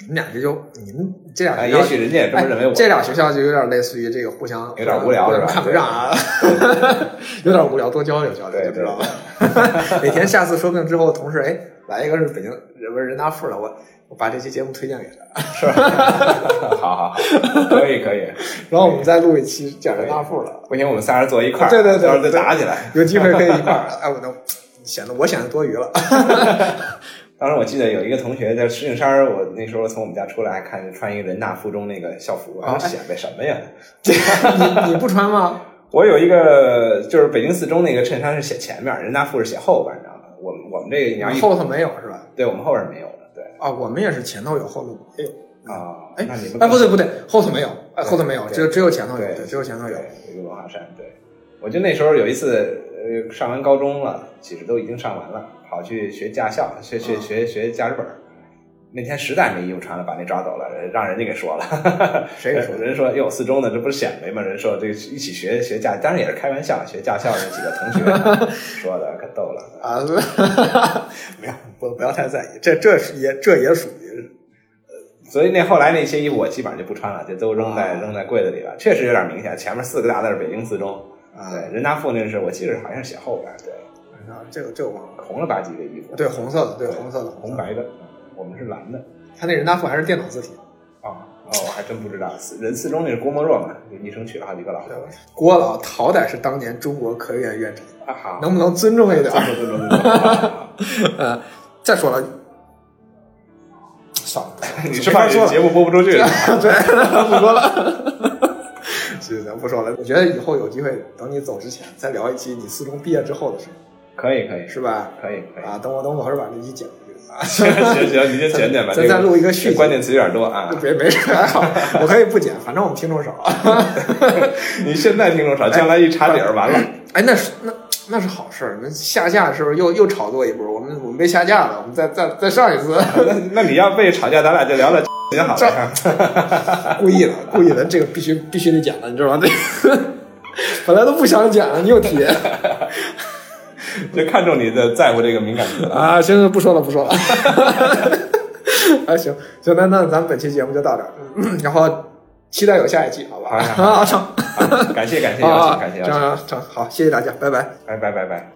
你们俩这就你们这俩啊，学校也许人家也这么认为 (laughs) 我。哎这俩学校就有点类似于这个互相有点无聊是吧看不上啊， (laughs) 有点无聊，多交流交流就知道了。 (laughs) 每天下次说不定之后同事哎来一个是北京人不是人大附的，我我把这期节目推荐给他，是吧？ (laughs) 好好，好，可以可以。然后我们再录一期讲人大附的，不行，我们仨人坐一块儿，对对对到时候再打起来。有机会可以一块儿。哎，我都显得我显得多余了。 (laughs) 当时我记得有一个同学在石景山儿，我那时候从我们家出来，看穿一个人大附中那个校服，我哦说显摆什么呀？你你不穿吗？我有一个就是北京四中那个衬衫是写前面，人大附是写后边，你知道吗？我们我们这个你要一后头没有是吧？对我们后边没有的，对啊，我们也是前头有，后头也有。啊，哎那你们哎，不对不对，后头没有，哎，后头没有，对只有只有前头有，对对，只有前头有。有一个文化衫，对。我就那时候有一次，呃，上完高中了，其实都已经上完了，跑去学驾校，学学嗯学学驾驶本儿。那天实在没衣服穿了，把那抓走了，让人家给说了。谁给说的人说：“哟，四中的，这不是显摆吗？”人说：“这个一起学学驾，当然也是开玩笑，学驾校那几个 (laughs) 同学说的，可逗了。啊， (laughs) 没有，不不要太在意，这这是也这也属于所以那后来那些衣服我基本上就不穿了，就都扔在啊扔在柜子里了。确实有点明显，前面四个大字儿“北京四中”，啊，对，人大附那是我记得好像是写后边儿，对，啊这个这个忘了，红了吧唧的衣服，对，红色的，对红色的，红色的。白的，我们是蓝的他那人大附还是电脑字体，啊。哦，我还真不知道，四人四中那是郭沫若嘛，这一生娶了好几个老对婆吧。郭老好歹是当年中国科院院长，啊好，能不能尊重一点？尊重尊重尊重好 (laughs) 好好呃，再说了， (laughs) 算了，你是怕没法说这了节目播不出去了？ (laughs) 对，不说了。是的，不说了。我觉得以后有机会，等你走之前再聊一期你四中毕业之后的事，可以可以是吧？可以可以，啊，等我等我，一会儿把这一剪进去 (laughs) 啊。行行行，你先剪剪吧，咱这再录一个续集这关键词有点 (laughs) 多啊。别没事，还好，我可以不剪，反正我们听众少。你现在听众少，将来一查底 (laughs) 儿完了。哎，那是那那是好事儿。那下架的时候又又炒作一波，我们我们被下架了，我们再再再上一次，那那你要被吵架，咱俩 (laughs) 就聊聊挺好这的。故意的，故意的，这个必须必须得剪了，你知道吗？这个本来都不想剪了，你又提就看中你的在乎这个敏感 (laughs) 词了。啊！行行，不说了，不说了。啊，行行，那那咱们本期节目就到这儿，嗯然后期待有下一期，好吧？好呀啊，成好感谢感谢邀啊，请，感谢邀成成请，成，好，谢谢大家，拜拜。拜拜拜拜。